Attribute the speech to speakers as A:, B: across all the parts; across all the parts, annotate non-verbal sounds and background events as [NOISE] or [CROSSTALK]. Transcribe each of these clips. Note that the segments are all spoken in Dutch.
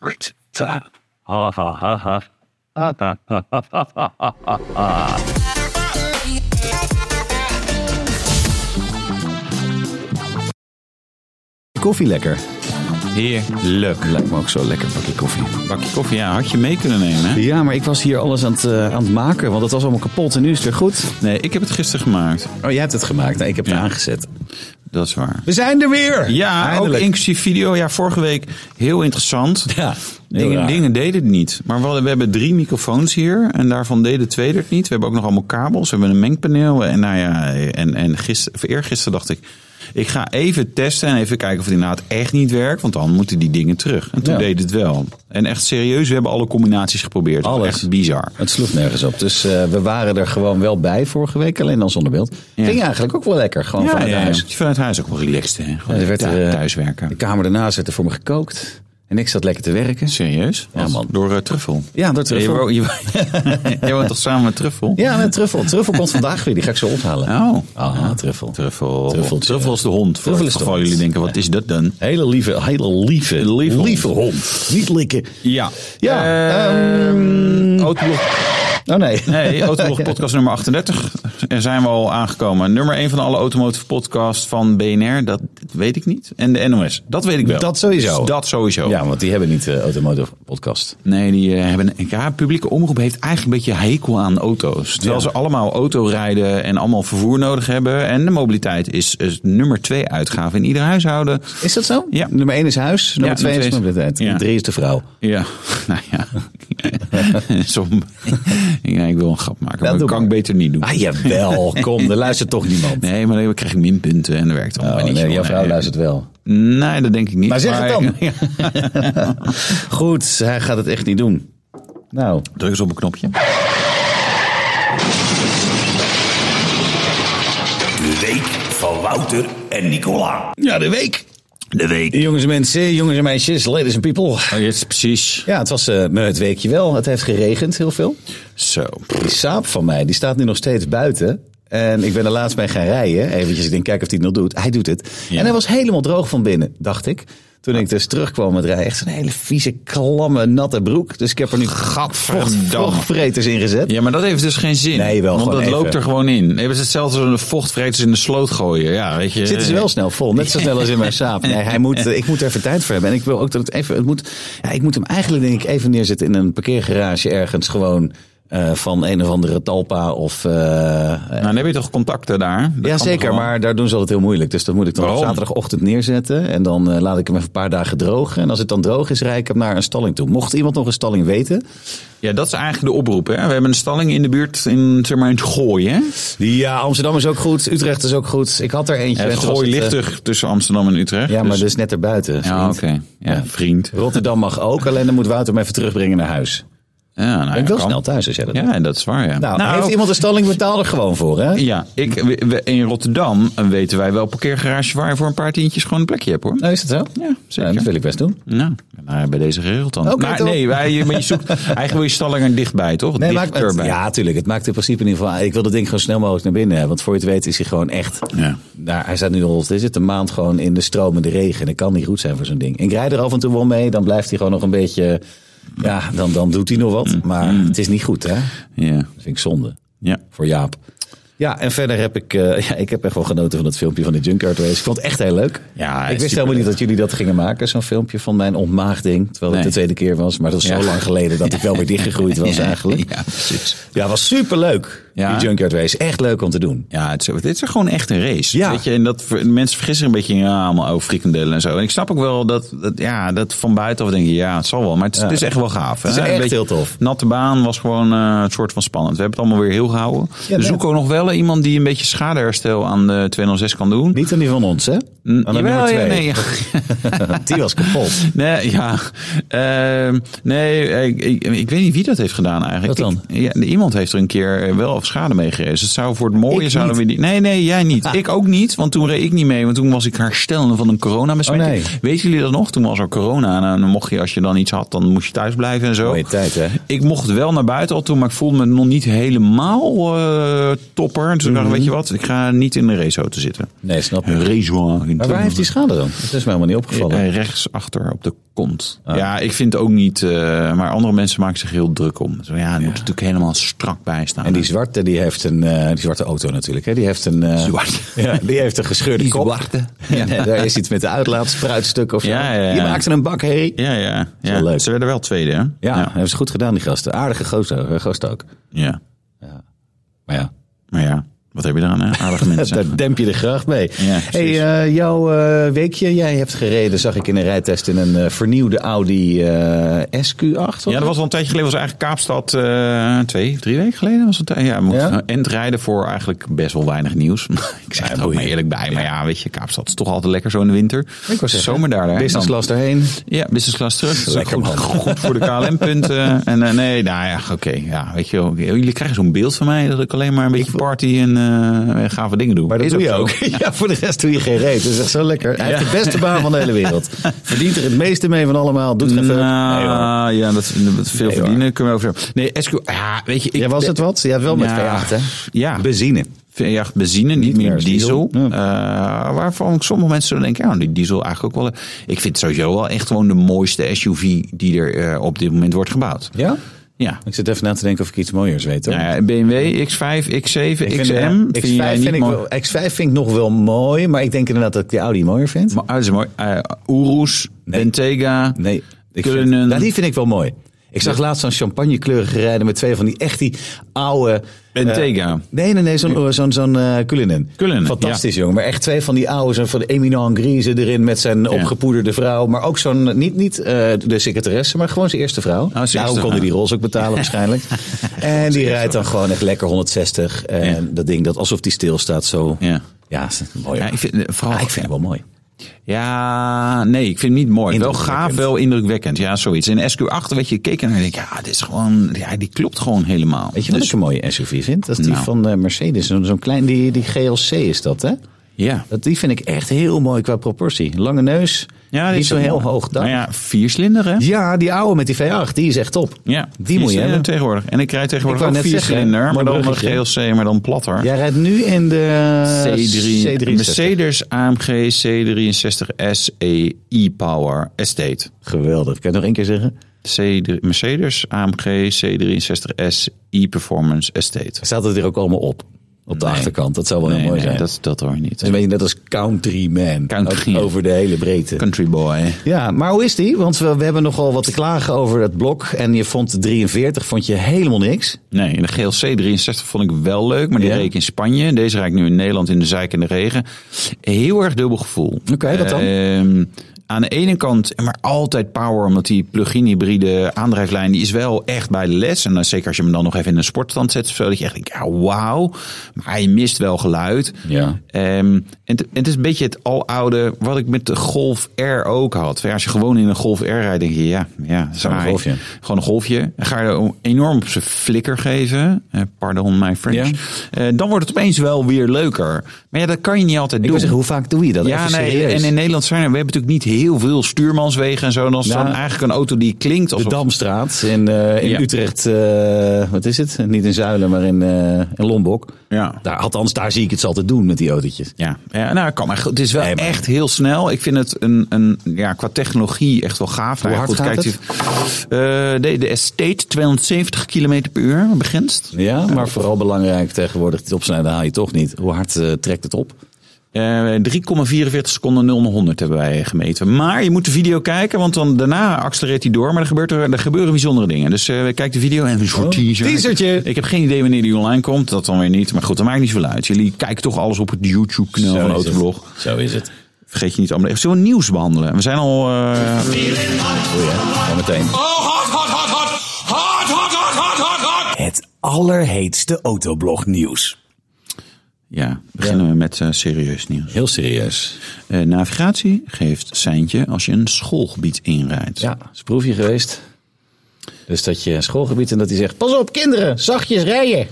A: awkward. Ha ha ha ha. Ha ha ha ha ha ha ha ha.
B: Koffie lekker.
C: Heerlijk.
B: Lijkt me ook zo lekker bakje koffie.
C: Bakje koffie, ja, had je mee kunnen nemen, hè?
B: Ja, maar ik was hier alles aan het, eh, aan het maken, want het was allemaal kapot en nu is het weer goed.
C: Nee, ik heb het gisteren gemaakt.
B: Oh, jij hebt het gemaakt. Nee, ik heb het
C: Ja.
B: aangezet.
C: Dat is waar.
B: We zijn er weer!
C: Ja, ook
B: Eindelijk.
C: inclusief video. Ja, vorige week heel interessant.
B: Ja,
C: Dingen, dingen deden het niet. Maar we, hadden- we hebben drie microfoons hier. En daarvan deden twee het niet. We hebben ook nog allemaal kabels. We hebben een mengpaneel. En, nou ja, en, en gister, of eergisteren dacht ik... Ik ga even testen en even kijken of het inderdaad echt niet werkt. Want dan moeten die dingen terug. En toen
B: Ja.
C: deed het wel. En echt serieus, we hebben alle combinaties geprobeerd. Dat was
B: Alles.
C: Echt bizar.
B: Het sloeg nergens op. Dus eh, we waren er gewoon wel bij vorige week, alleen dan zonder beeld. Ging eigenlijk ook wel lekker, gewoon
C: Ja,
B: vanuit
C: ja,
B: huis.
C: ja. vanuit huis ook wel relaxed. Hè? Gewoon
B: Er werd
C: thu-
B: er, eh,
C: thuiswerken.
B: De kamer daarnaast werd er voor me gekookt. En ik zat lekker te werken.
C: Serieus?
B: Ja, man.
C: Door eh, Truffel.
B: Ja, door Truffel.
C: Ja, Je, wo- [LAUGHS] je, jij woont toch samen met Truffel?
B: Ja, met Truffel. Truffel komt vandaag weer. Die ga ik zo ophalen.
C: Oh.
B: Ah, Truffel.
C: Truffel.
B: Truffel.
C: Truffel is de hond. Voor
B: Truffel
C: het
B: is de
C: geval
B: hond.
C: jullie denken, wat is dat dan?
B: Hele lieve, hele lieve,
C: Lieve
B: lieve,
C: hond.
B: hond. Niet likken.
C: Ja.
B: Ja,
C: Ehm, Autoblog,
B: Oh nee. [LAUGHS]
C: nee, Autoblog podcast nummer 38. Er zijn we al aangekomen. Nummer 1 van alle automotive podcasts van BNR. Dat weet ik niet. En de NOS. Dat weet ik wel.
B: Dat sowieso.
C: Dus dat sowieso.
B: Ja, want die hebben niet de Automotive Podcast.
C: Nee, die eh, hebben. Ja, publieke omroep heeft eigenlijk een beetje hekel aan auto's. Terwijl
B: Ja.
C: ze allemaal auto rijden en allemaal vervoer nodig hebben. En de mobiliteit is, is nummer twee uitgave in ieder huishouden.
B: Is dat zo?
C: Ja.
B: Nummer 1 is huis, nummer
C: Ja,
B: 2
C: nummer
B: is
C: twee is-
B: mobiliteit.
C: Ja.
B: En 3 is de vrouw.
C: Ja, [LAUGHS] nou ja. Som, [LAUGHS] ja ik wil een grap maken, maar
B: doe
C: dat kan
B: maar.
C: ik beter niet doen.
B: Ah
C: [LAUGHS]
B: jawel, kom, er luistert toch niemand.
C: Nee, maar dan krijg ik minpunten en dat werkt allemaal
B: Oh,
C: niet.
B: nee,
C: joh.
B: jouw vrouw luistert wel.
C: Nee, dat denk ik niet.
B: Maar zeg het dan.
C: [LAUGHS] Ja. [LAUGHS]
B: [LAUGHS] Goed, hij gaat het echt niet doen. Nou,
C: Druk eens op een knopje.
D: De week van Wouter en Nicola.
B: ja, de week.
D: De week.
B: Jongens en mensen, jongens en meisjes, ladies and people.
C: Oh, yes, precies.
B: Ja, het was eh, me het weekje wel. Het heeft geregend heel veel.
C: Zo.
B: Die saap van mij, die staat nu nog steeds buiten. En ik ben er laatst mee gaan rijden. Eventjes, ik denk, kijk of hij het nog doet. Hij doet het. En hij was helemaal droog van binnen, dacht ik. Toen ik dus terugkwam met rijden. Echt zo'n hele vieze, klamme, natte broek. Dus ik heb er nu vocht- vochtvreters in gezet.
C: Ja, maar dat heeft dus geen zin.
B: Nee, wel,
C: Want
B: gewoon
C: dat
B: even.
C: loopt er gewoon in. Het is hetzelfde als een vochtvreters in de sloot gooien. Ja, weet je. eh,
B: Zitten ze wel snel vol, net zo snel als in mijn saap. Nee, hij moet, eh, ik moet er even tijd voor hebben. En ik wil ook dat het even. Het moet, ja, ik moet hem eigenlijk, denk ik, even neerzetten in een parkeergarage ergens. Gewoon eh, van een of andere Talpa of. eh,
C: Nou, dan heb je toch contacten daar? Dat kan
B: Ja,
C: toch
B: zeker,
C: wel?
B: maar daar doen ze altijd heel moeilijk. Dus dat moet ik dan op
C: Waarom?
B: zaterdagochtend neerzetten. En dan eh, laat ik hem even een paar dagen drogen. En als het dan droog is, rijd ik hem naar een stalling toe. Mocht iemand nog een stalling weten?
C: Ja, dat is eigenlijk de oproep. Hè? We hebben een stalling in de buurt in, zeg maar, in het gooi. Hè?
B: Ja, Amsterdam is ook goed. Utrecht is ook goed. Ik had er eentje. en
C: het
B: toen was
C: gooi
B: het,
C: ligt
B: eh,
C: er tussen Amsterdam en Utrecht.
B: Ja, maar
C: dus-
B: dus net erbuiten.
C: Ja,
B: vriend.
C: oké. Ja, vriend.
B: Rotterdam mag ook, alleen dan moet Wouter hem even terugbrengen naar huis.
C: Ja, nou,
B: Ik
C: ja,
B: wil
C: kan.
B: snel thuis als jij dat doet.
C: Ja, dat is waar, ja.
B: Nou, heeft iemand een stalling betaald er gewoon voor, hè?
C: Ja, ik, we- we- in Rotterdam weten wij wel parkeergarage waar je voor een paar tientjes gewoon een plekje hebt, hoor.
B: Nou, is dat zo?
C: Ja,
B: Nou,
C: zeker.
B: dat wil ik best doen.
C: Nou, nou, bij deze geregeld dan.
B: Oké,
C: Maar
B: toch?
C: nee, wij, je- maar je zoekt eigenlijk wil je stalling er dichtbij, toch?
B: Nee, maakt
C: Dichterbij.
B: het, ja, tuurlijk. Het maakt in principe in ieder geval... Ik wil dat ding gewoon snel mogelijk naar binnen hebben. Want voor je het weet is hij gewoon echt...
C: Ja.
B: Nou, hij staat nu al, wat is het, een maand gewoon in de stromende regen. En dat kan niet goed zijn voor zo'n ding. Ik rijd er af en toe wel mee. Dan blijft hij gewoon nog een beetje... Ja, dan, dan doet hij nog wat. Maar het is niet goed, hè? Dat
C: Ja.
B: vind ik zonde.
C: ja.
B: Voor Jaap. Ja, en verder heb ik... eh, [LAUGHS] ja, ik heb echt wel genoten van dat filmpje van de Junkyard Race. Ik vond het echt heel leuk.
C: Ja,
B: ik wist
C: superleuk.
B: helemaal niet dat jullie dat gingen maken. Zo'n filmpje van mijn ontmaagding. Terwijl het
C: Nee.
B: de tweede keer was. Maar dat is
C: Ja.
B: zo lang geleden dat ik wel weer dichtgegroeid [LAUGHS] was eigenlijk.
C: [LAUGHS] Ja, precies.
B: Ja, was superleuk.
C: Ja.
B: Die Junkyard Race. Echt leuk om te doen.
C: Ja, het is, dit is gewoon echt een race.
B: Ja.
C: Weet je, en dat, mensen vergissen een beetje in ja, allemaal over frikandellen en zo. En ik snap ook wel dat, dat, ja, dat van buitenaf denk je, ja, het zal wel. Maar het, is- het is echt wel gaaf.
B: Het is
C: hè?
B: echt
C: een beetje
B: heel tof.
C: Natte baan was gewoon eh, een soort van spannend. We hebben het allemaal weer heel gehouden.
B: net.
C: we zoeken ook nog wel iemand die een beetje schadeherstel aan de 206 kan doen.
B: Niet aan die van ons, hè? Aan de
C: Jawel,
B: nummer
C: ja,
B: twee.
C: nee, ja.
B: Die was kapot.
C: [LAUGHS] Nee, ja. Ehm, nee, ik, ik, ik weet niet wie dat heeft gedaan eigenlijk.
B: Wat dan?
C: Ik- ja, iemand heeft er een keer eh, wel schade meegereden. Dus het zou voor het mooie
B: Ik
C: zouden
B: niet.
C: we die. Nee, nee, jij
B: [LAUGHS]
C: niet. Ik ook niet, want toen reed ik niet mee. Want toen was ik herstellen van een coronabesmetting.
B: Oh, nee.
C: Weten jullie dat nog? Toen was er corona. En dan mocht je, als je dan iets had, dan moest je thuis blijven en zo.
B: Mooie tijd, hè?
C: Ik mocht wel naar buiten al toen, maar ik voelde me nog niet helemaal eh, topper. En toen dacht ik,
B: Mhm.
C: weet je wat, ik ga niet in de raceauto zitten.
B: Nee, snap ik.
C: Racewagen.
B: Maar waar heeft die schade dan? Dat is mij helemaal niet opgevallen. Ah.
C: Eh, rechts achter op de kont. Ja, ik vind het ook niet. eh, maar andere mensen maken zich heel druk om. Zo, ja, die moet natuurlijk helemaal strak bij staan.
B: En die zwarte, die heeft een eh, die zwarte auto natuurlijk. Hè? Die heeft een, eh,
C: Zwarte.
B: [LAUGHS] Ja, die heeft een gescheurde
C: Die
B: kop.
C: zwarte.
B: [LAUGHS] Ja. daar is iets met de uitlaat, spruitstuk of zo.
C: Ja, ja, ja.
B: Die maakte een bak, herrie. Ja,
C: Ja, ja. ja.
B: wel leuk.
C: Ze werden wel tweede, hè?
B: dat hebben ze goed gedaan, die gasten. Aardige gozer, eh, gast ook.
C: Ja.
B: Maar ja,
C: Maar ja, wat heb je eraan? hè? Aardige
B: [LAUGHS]
C: mensen.
B: daar demp je er graag mee.
C: Ja,
B: hey,
C: precies.
B: eh, jouw eh, weekje, jij hebt gereden, zag ik in een rijtest, in een eh, vernieuwde Audi eh, SQ8. was
C: Ja, dat was al een tijdje geleden. was eigenlijk Kaapstad eh, twee, drie weken geleden. Was het, eh, ja, moet
B: Ja?
C: ja? rijden voor eigenlijk best wel weinig nieuws. [LAUGHS] ik zeg er ook maar eerlijk bij. Maar ja, weet je, Kaapstad is toch altijd lekker zo in de winter.
B: Ik was
C: zomer daar. hè?
B: Business
C: Dan-
B: class daarheen.
C: Ja, business class terug. Dat is
B: Lekker,
C: goed,
B: man.
C: goed voor de
B: [LAUGHS]
C: KLM-punten. En eh, nee, nou ja, oké. ja, weet je, wel. jullie krijgen zo'n beeld van mij dat ik alleen maar een beetje party en eh, gave dingen doe.
B: Maar dat
C: Is
B: doe je
C: zo.
B: ook. [LAUGHS] Ja, voor de rest doe je geen reet. Dat is echt zo lekker. Hij heeft de beste baan van de hele wereld. Verdient er het meeste mee van allemaal. Doet geen fuck. Nee, hoor.
C: Nou, ja, dat, dat veel
B: hoor.
C: verdienen kunnen we over zeggen. Nee, SQ, ja, weet je. Ik,
B: Ja, was het wat? Je had wel met V8, hè?
C: Ja,
B: Benzine.
C: V8 benzine, niet,
B: Niet
C: meer
B: meer
C: diesel.
B: diesel.
C: Eh, waarvan ook sommige mensen zullen denken, ja, die diesel eigenlijk ook wel. eh, Ik vind het sowieso wel echt gewoon de mooiste SUV die er eh, op dit moment wordt gebouwd.
B: Ja?
C: Ja.
B: Ik zit even na te denken of ik iets mooiers weet. Hoor.
C: Nou ja, BMW, X5, X7,
B: Ik vind,
C: XM.
B: eh,
C: vind jij
B: X5,
C: niet
B: vind ik
C: mooi?
B: wel, X5 vind ik nog wel mooi, maar ik denk inderdaad dat ik die Audi mooier vind.
C: Maar, ah, dat is mooi. Eh, Urus,
B: Nee.
C: Bentega.
B: Nee, ik vind,
C: Kunnen-
B: nou, die vind ik wel mooi. Ik zag laatst zo'n champagnekleurige rijden met twee van die echt die oude...
C: Bentega.
B: eh, nee, nee, nee, zo'n zo'n zo'n eh, Kulinen.
C: Kulinen,
B: Fantastisch, jongen. Maar echt twee van die oude, zo'n van de Eminent Grise erin met zijn opgepoederde vrouw. Maar ook zo'n, niet, niet eh, de secretaresse, maar gewoon zijn eerste vrouw. Nou,
C: Oh, zijn eerste
B: Daarom konden
C: vrouw.
B: die roze ook
C: [LAUGHS]
B: betalen waarschijnlijk. en die rijdt dan gewoon echt lekker 160. En
C: Ja.
B: dat ding, dat alsof die stilstaat zo.
C: Ja.
B: Ja, is een mooie.
C: Ja, ik vind, eh, vooral,
B: Ah, ik vind het wel mooi.
C: Ja, nee, ik vind het niet mooi. Wel
B: Indrukwekkend.
C: gaaf, wel indrukwekkend. Ja, zoiets. En SQ8, weet je, keek en dan denk ik, ja, dit is gewoon, ja, die klopt gewoon helemaal.
B: Weet je wat ik een mooie SUV vind? Dat is die
C: Dus- Nou.
B: van eh, Mercedes. Zo'n zo'n klein, die, die GLC is dat, hè?
C: Dus, Ja.
B: Dat, die vind ik echt heel mooi qua proportie. Lange neus,
C: ja
B: niet zo heel hoog dak.
C: Nou ja, vier slinder, hè?
B: Ja, die oude met die V8, die is echt top.
C: Ja,
B: die moet je
C: vierslinder
B: hebben.
C: tegenwoordig. En ik rijd tegenwoordig
B: Ik wou net
C: ook vier
B: zeggen,
C: slinder, maar
B: mooi
C: dan een
B: bruggetje.
C: GLC, maar dan platter.
B: Jij rijdt nu in de
C: C3,
B: C3
C: Mercedes AMG C63 SE E e-Power Estate.
B: Geweldig, kan je nog één keer zeggen?
C: C3, Mercedes AMG C63S e-Performance Estate.
B: Staat het er ook allemaal op? Op de achterkant, dat zou wel heel
C: Nee,
B: mooi
C: nee,
B: zijn. Dat
C: dat, dat hoor je
B: is een
C: niet.
B: beetje net als Countryman.
C: Country,
B: Ook
C: ja.
B: Over de hele breedte.
C: Country boy.
B: Ja, maar hoe is die? Want we, we hebben nogal wat te klagen over het blok. En je vond de 43 vond je helemaal niks.
C: Nee, de GLC 63 vond ik wel leuk, maar die
B: Ja?
C: reed ik in Spanje. Deze rijd ik nu in Nederland in de zeik en de regen. Heel erg dubbel gevoel.
B: Oké, wat dan?
C: Ehm, aan de ene kant, maar altijd power, omdat die plug-in hybride aandrijflijn, die is wel echt bij de les. En dan, zeker als je hem dan nog even in een sportstand zet of zo, dat je echt denkt, ja, wauw. Maar hij mist wel geluid.
B: Ja.
C: Ehm, en, het- en het is een beetje het aloude, wat ik met de Golf R ook had. Ja, als je gewoon in een Golf R rijdt, denk je, ja, ja,
B: een
C: saai.
B: golfje.
C: Gewoon een golfje. En ga je er enorm op zijn flikker geven. Eh, pardon my French.
B: Ja.
C: Eh, dan wordt het opeens wel weer leuker. Maar ja, dat kan je niet altijd
B: Ik
C: doen.
B: wil zeggen, hoe vaak doe je dat?
C: ja,
B: Even
C: nee,
B: serieus.
C: en in Nederland zijn er, we hebben natuurlijk niet heel veel stuurmanswegen en zo. En als
B: Ja.
C: dan eigenlijk een auto die klinkt
B: de
C: alsof...
B: Damstraat in, eh, in
C: Ja.
B: Utrecht, eh, wat is het? Niet in Zuilen, maar in, eh, in Lombok.
C: Ja.
B: Daar, althans, daar zie ik het altijd doen met die autootjes.
C: Ja, ja, nou kan maar. goed. Het is wel
B: Nee, maar-
C: echt heel snel. Ik vind het een, een ja, qua technologie echt wel gaaf.
B: Hoe
C: Nou ja,
B: hard gaat
C: kijkt u- Eh, de, de Estate 270 km per uur begrensd.
B: Ja, maar vooral belangrijk tegenwoordig, het opsnijden haal je toch niet. Hoe hard eh, trekt het op?
C: Eh, 3,44 seconden 0 naar 100 hebben wij gemeten. Maar je moet de video kijken, want dan daarna accelereert hij door. Maar er, gebeurt er, er gebeuren bijzondere dingen. Dus eh kijk de video en een soort teaser.
B: teasertje.
C: Ik heb geen idee wanneer die online komt. Dat dan weer niet. Maar goed, dat maakt niet zoveel uit. Jullie kijken toch alles op het YouTube-kanaal van Autoblog.
B: Zo is het.
C: Vergeet je niet allemaal. Zullen we nieuws behandelen? We zijn al... eh,
B: Ja, meteen.
D: Het allerheetste autoblog nieuws.
C: Ja, beginnen we met eh, serieus nieuws.
B: Heel serieus.
C: Eh, navigatie geeft seintje als je een schoolgebied inrijdt.
B: Ja, is een proefje geweest. Dus dat je schoolgebied en dat hij zegt, pas op kinderen, zachtjes rijden.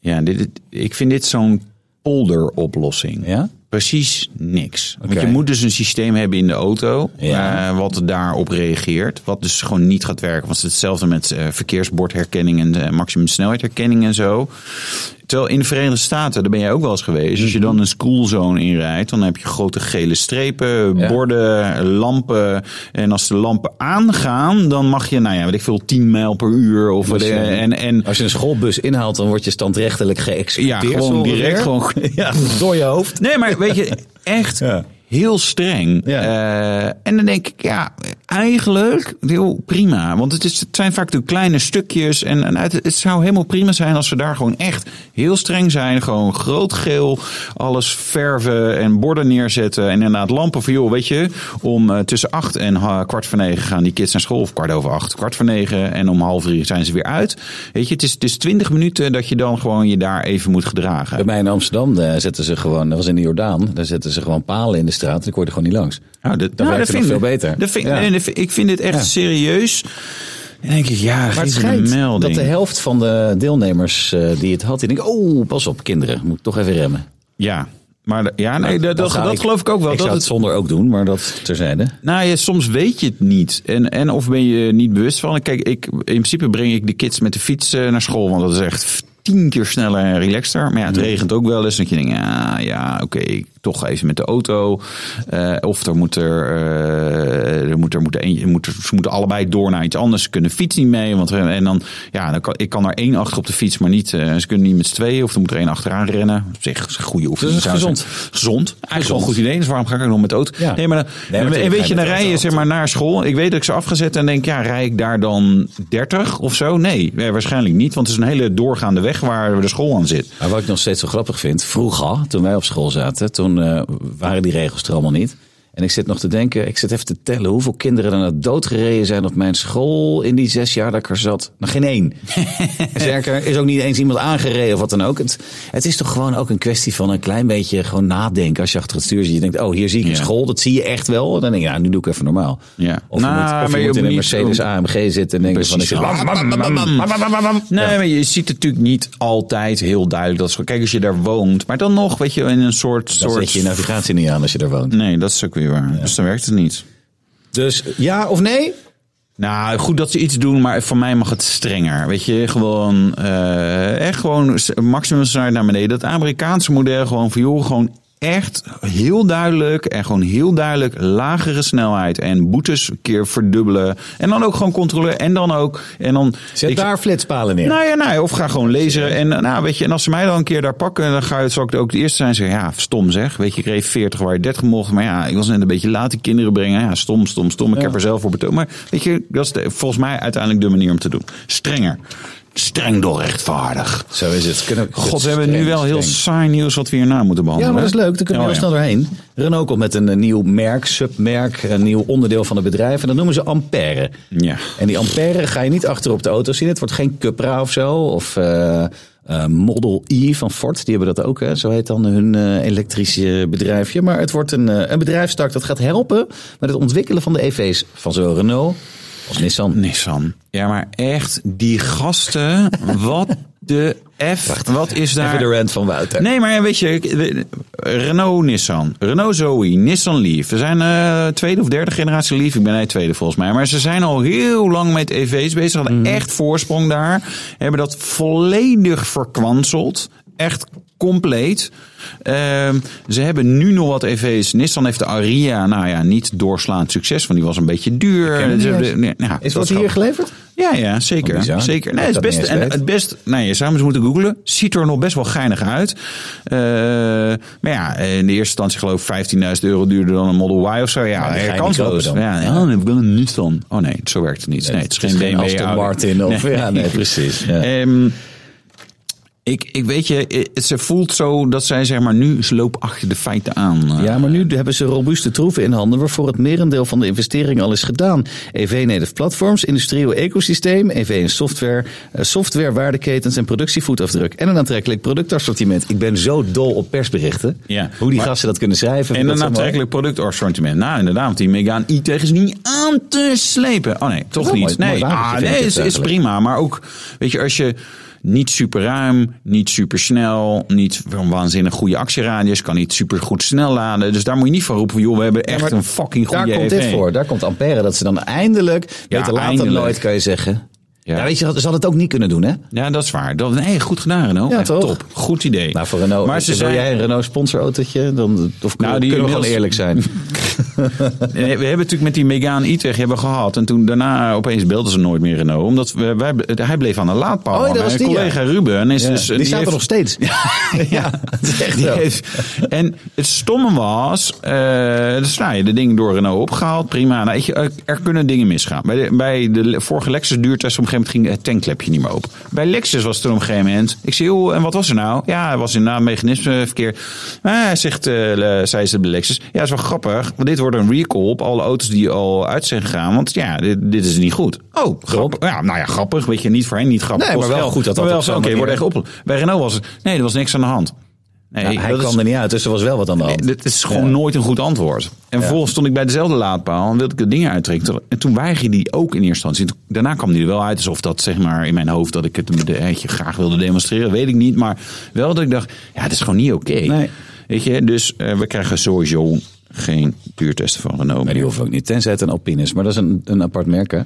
C: Ja, dit, dit- ik vind dit zo'n polderoplossing.
B: Ja?
C: Precies niks. Want
B: Oké.
C: je moet dus een systeem hebben in de auto
B: Ja.
C: eh, wat daarop reageert. Wat dus gewoon niet gaat werken. Want het is hetzelfde met eh, verkeersbordherkenning en eh, maximumsnelheidherkenning en zo. Terwijl in de Verenigde Staten, daar ben jij ook wel eens geweest.
B: Mhm.
C: Als je dan een schoolzone inrijdt, dan heb je grote gele strepen,
B: Ja.
C: borden, lampen. En als de lampen aangaan, dan mag je, nou ja, weet ik veel, 10 mijl per uur. Of wat,
B: Als je,
C: eh, en, en,
B: als je een schoolbus inhaalt, dan word je standrechtelijk
C: ja,
B: geëxecuteerd. zo
C: gewoon
B: ongeveer.
C: direct gewoon
B: [LAUGHS]
C: [LAUGHS]
B: Ja, door je hoofd.
C: Nee, maar weet je, echt
B: Ja.
C: heel streng.
B: Ja.
C: Eh, en dan denk ik, ja, eigenlijk heel prima. Want het, is, het zijn vaak de kleine stukjes. En, en het, het zou helemaal prima zijn als we daar gewoon echt heel streng zijn. Gewoon groot geel, alles verven en borden neerzetten. En inderdaad lampen van, joh, weet je, om eh, tussen acht en ha- kwart voor negen gaan die kids naar school. Of kwart over acht, kwart voor negen. En om half drie zijn ze weer uit. Weet je, het is, het is twintig minuten dat je dan gewoon je daar even moet gedragen.
B: Bij mij in Amsterdam eh, zetten ze gewoon, dat was in de Jordaan, daar zetten ze gewoon palen in de straat en ik hoorde gewoon niet langs.
C: Nou, dat,
B: Dan werkt het
C: nou, dat
B: nog
C: vind
B: veel
C: ik-
B: beter.
C: dat vind-
B: Ja.
C: nee, dat vind- ik vind dit echt
B: Ja.
C: serieus. En dan denk ik, ja,
B: Maar het
C: geef het een
B: schijnt dat
C: melding.
B: de helft van de deelnemers eh, die het had, die denkt, oh, pas op, kinderen, moet ik toch even remmen.
C: Ja, maar d- ja, nee, dat, dat,
B: ga
C: dat geloof ik ook wel.
B: Ik
C: dat
B: nou, zou het
C: het-
B: zonder ook doen, maar dat terzijde.
C: Nou ja, soms weet je het niet. En, en of ben je er niet bewust van. Kijk, ik, in principe breng ik de kids met de fiets eh, naar school. Want dat is echt tien keer sneller en relaxter. Maar ja, het regent ook wel eens. Dat je denkt, ja, ja oké, toch even met de auto. Eh, of er moet er, eh, er moet er, moet er, een- moet er- ze moeten allebei door naar iets anders. Ze kunnen de fiets niet mee. Want, er- en dan, ja, dan kan, ik kan er één achter op de fiets, maar niet. eh, ze kunnen niet met z'n tweeën. Of er moet er één achteraan rennen. Op zich, is een goede oefening.
B: Dus het is
C: zou
B: gezond.
C: zijn. Gezond. Eigenlijk wel een goed idee. Dus waarom ga ik ook nog met de auto?
B: Ja.
C: Nee, maar dan,
B: Nee, maar
C: en
B: natuurlijk
C: weet
B: ga
C: je, dan
B: je met
C: rij
B: de
C: je
B: auto.
C: zeg maar naar school. Ik weet dat ik ze afgezet en denk, ja, rij ik daar dan 30 of zo? Nee, eh, waarschijnlijk niet. Want het is een hele doorgaande weg waar de school aan zit.
B: Maar wat ik nog steeds zo grappig vind, vroeger, toen wij op school zaten, toen eh, waren die regels er allemaal niet. En ik zit nog te denken, ik zit even te tellen hoeveel kinderen er naar dood gereden zijn op mijn school in die zes jaar dat ik er zat. Nou, geen
C: [LAUGHS]
B: één. Sterker, is ook niet eens iemand aangereden of wat dan ook. Het, het is toch gewoon ook een kwestie van een klein beetje gewoon nadenken als je achter het stuur zit. Je denkt, oh, hier zie ik een
C: Ja.
B: school, dat zie je echt wel. Dan denk je, nou, nu doe ik even normaal.
C: Ja.
B: Of je
C: Nou,
B: moet,
C: maar
B: of je moet in
C: je moet
B: een
C: niet
B: Mercedes
C: zo-
B: AMG zitten en denken van, ik
C: Precies.
B: zit
C: Nee, maar je ziet het natuurlijk niet altijd heel duidelijk. Dat is, kijk, als je daar woont. Maar dan nog, weet je, in een soort...
B: dan
C: soort
B: zet je je navigatie niet aan als je daar woont.
C: Nee, dat is ook weer waar. Dus dan werkt het niet.
B: Dus ja of nee?
C: Nou, goed dat ze iets doen, maar voor mij mag het strenger. Weet je, gewoon, eh, echt gewoon s- maximum snelheid naar beneden. Dat Amerikaanse model gewoon van joh, gewoon echt heel duidelijk en gewoon heel duidelijk lagere snelheid en boetes een keer verdubbelen en dan ook gewoon controleren en dan ook en dan
B: Zet
C: ik-
B: daar flitspalen neer.
C: nou ja, nou ja, of ga gewoon lezen. En, eh, nou, weet je, en als ze mij dan een keer daar pakken, dan ga, zal ik ook de eerste zijn. en Zeggen, ja, stom zeg. Weet je, ik reed 40 waar je 30 mocht. Maar ja, ik was net een beetje laat die kinderen brengen. Ja, stom, stom, stom. Ik heb er zelf voor betoond. Maar weet je, dat is de- volgens mij uiteindelijk de manier om te doen. Strenger. Streng door rechtvaardig.
B: Zo is het. Kunnen
C: God, we hebben nu wel heel saai nieuws wat we hierna moeten
B: Ja,
C: behandelen.
B: maar dat is leuk. Daar kunnen we
C: Oh,
B: heel
C: ja.
B: snel doorheen. Renault komt met een eh, nieuw merk, submerk, een nieuw onderdeel van het bedrijf. En dat noemen ze Ampère.
C: Ja.
B: En die Ampère ga je niet achter op de auto zien. Het wordt geen Cupra of zo. Of eh, eh, Model E van Ford. Die hebben dat ook. Hè. Zo heet dan hun eh, elektrische bedrijfje. Maar het wordt een, eh, een bedrijfstak dat gaat helpen met het ontwikkelen van de EV's. Van zo Renault als Nissan.
C: Nissan. Ja, maar echt, die gasten. [LAUGHS] wat de F. Wat is daar.
B: Even de rant van Wouter.
C: Nee, maar weet je, Renault Nissan, Renault Zoe, Nissan Leaf. We zijn eh, tweede of derde generatie Leaf. Ik ben hij tweede volgens mij. Maar ze zijn al heel lang met EV's bezig. Hadden
B: Mhm.
C: echt voorsprong daar. Hebben dat volledig verkwanseld. Echt compleet. Ehm, ze hebben nu nog wat EV's. Nissan heeft de Aria, nou ja, niet doorslaand succes, want die was een beetje duur.
B: ken hem niet
C: Ze hebben
B: eens.
C: de- nee, nou,
B: Is
C: dat
B: wat hier
C: gewoon-
B: geleverd?
C: ja, ja, zeker.
B: Wat bizar.
C: zeker. Nee,
B: Dat
C: het
B: dat niet
C: best,
B: eens
C: en
B: weet.
C: het best, nee, je zou hem eens moeten googlen. Ziet er nog best wel geinig uit. Eh, maar ja, in de eerste instantie geloof ik 15.000 euro duurder dan een Model Y of zo. Ja,
B: die ga je
C: ja
B: niet
C: kansloos.
B: kopen dan. Ah,
C: Ja, ja, dan heb ik wel een Nissan. Oh nee, zo werkt het niet. Nee, het is geen BMW.
B: Aston
C: Audi.
B: Martin. Of, Ja, nee, precies. Ja.
C: Ehm, ik, ik weet je, eh, ze voelt zo dat zij zeg maar nu, ze loopt achter de feiten aan. Eh,
B: Ja, maar nu hebben ze robuuste troeven in handen waarvoor het merendeel van de investering al is gedaan. EV-native platforms, industrieel ecosysteem, EV en software, eh, software, waardeketens en productievoetafdruk. En een aantrekkelijk productassortiment. Ik ben zo dol op persberichten.
C: Ja,
B: Hoe die
C: maar-
B: gasten dat kunnen schrijven. dat
C: En een
B: is allemaal-
C: aantrekkelijk productassortiment. Nou, inderdaad, want die Megane i tegen is niet aan te slepen. Oh nee, toch
B: wel
C: niet.
B: mooi- mooi
C: nee,
B: wagentje
C: ah,
B: vind ik
C: nee
B: het
C: is, is
B: eigenlijk.
C: prima. Maar ook, weet je, als je. Niet super ruim, niet super snel, niet van waanzinnig goede actieradius, kan niet super goed snel laden. Dus daar moet je niet van roepen, joh, we hebben echt
B: maar
C: een fucking goede E
B: Daar komt dit
C: EV.
B: voor. Daar komt Ampère. Dat ze dan E eindelijk,
C: Ja,
B: beter laat dan
C: eindelijk.
B: nooit, kan je zeggen. Ja.
C: Ja.
B: weet je, ze hadden het ook niet kunnen doen, hè?
C: Ja, dat is waar. Dat, nee, goed gedaan Renault.
B: Ja,
C: Echt
B: toch?
C: top. Goed idee.
B: Nou, voor Renault,
C: maar ze
B: wil
C: zijn,
B: jij een Renault sponsorautootje? Dan, of kunnen
C: die
B: we gewoon
C: inmiddels-
B: eerlijk [LAUGHS] zijn?
C: Nee, we hebben natuurlijk met die Megane E-Tech hebben we gehad. En toen daarna eh, opeens belden ze nooit meer Renault. Omdat we, wij, hij bleef aan de laadpaal.
B: Oh, ja, dat
C: hangen.
B: was
C: En
B: die, ja.
C: collega Ruben. Is,
B: Ja,
C: is-
B: Dus, eh, die, staat er
C: heeft-
B: nog steeds. [LAUGHS]
C: Ja,
B: dat is echt
C: die
B: zo.
C: heeft- En het stomme was, eh dus nou, je de dingen door Renault opgehaald, prima. Nou, weet je, er- er kunnen dingen misgaan. Bij de, bij de le- vorige Lexus duurtest op een gegeven moment ging het tankklepje niet meer open. Bij Lexus was het er op een gegeven moment. Ik zie, joh, en wat was er nou? Ja, het was inderdaad mechanismeverkeer. Maar hij zegt, eh, le- zei ze bij Lexus, ja, is wel grappig, want dit wordt een recall op alle auto's die al uit zijn gegaan. Want ja, dit, dit is niet goed. Oh, grappig. Ja, nou ja, grappig. Weet je, niet voor hen, niet grappig.
B: Nee, maar
C: Kost
B: wel
C: geld.
B: goed dat dat
C: Maar wel
B: op
C: zo,
B: zo'n
C: Oké,
B: manier-
C: wordt echt op. Bij Renault was het, nee, er was niks aan de hand. Nee,
B: Ja, hij
C: dat is-
B: kwam er niet uit, dus er was wel wat aan de hand.
C: dit is gewoon nooit een goed antwoord. En vervolgens stond ik bij dezelfde laadpaal en wilde ik het ding uittrekken. En toen weigerde die ook in eerste instantie. En toen- Daarna kwam die er wel uit, alsof dat zeg maar in mijn hoofd dat ik het een beetje graag wilde demonstreren. Weet ik niet, maar wel dat ik dacht, ja, het is gewoon niet oké.
B: Nee.
C: Weet je, dus eh, we krijgen sowieso geen duurtesten van Renault.
B: Maar die hoeven ook niet. Tenzij het een Alpine is. Maar dat is een, een apart merk, hè?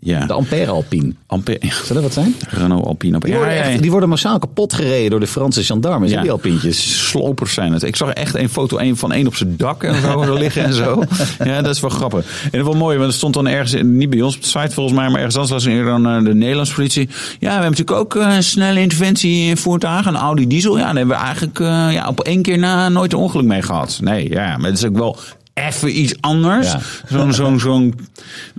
C: ja.
B: De Ampère Alpine.
C: Ampère.
B: Zal dat wat zijn?
C: [LAUGHS] Renault Alpine.
B: Die worden, echt- die worden massaal kapot gereden door de Franse gendarmes, hè,
C: Ja.
B: die Alpientjes.
C: Slopers zijn het. Ik zag echt een foto een van één op zijn dak en zo zo liggen en zo. Ja, dat is wel grappig. En dat is wel mooi, want er stond dan ergens, in- niet bij ons op de site volgens mij, maar ergens anders was er dan eh, de Nederlandse politie. Ja, we hebben natuurlijk ook eh, een snelle interventie in voertuigen, een Audi diesel. Ja, daar hebben we eigenlijk eh, ja, op één keer na nooit een ongeluk mee gehad. Nee, ja, maar het is ook wel even iets anders.
B: Ja.
C: Zo'n, zo'n, zo'n,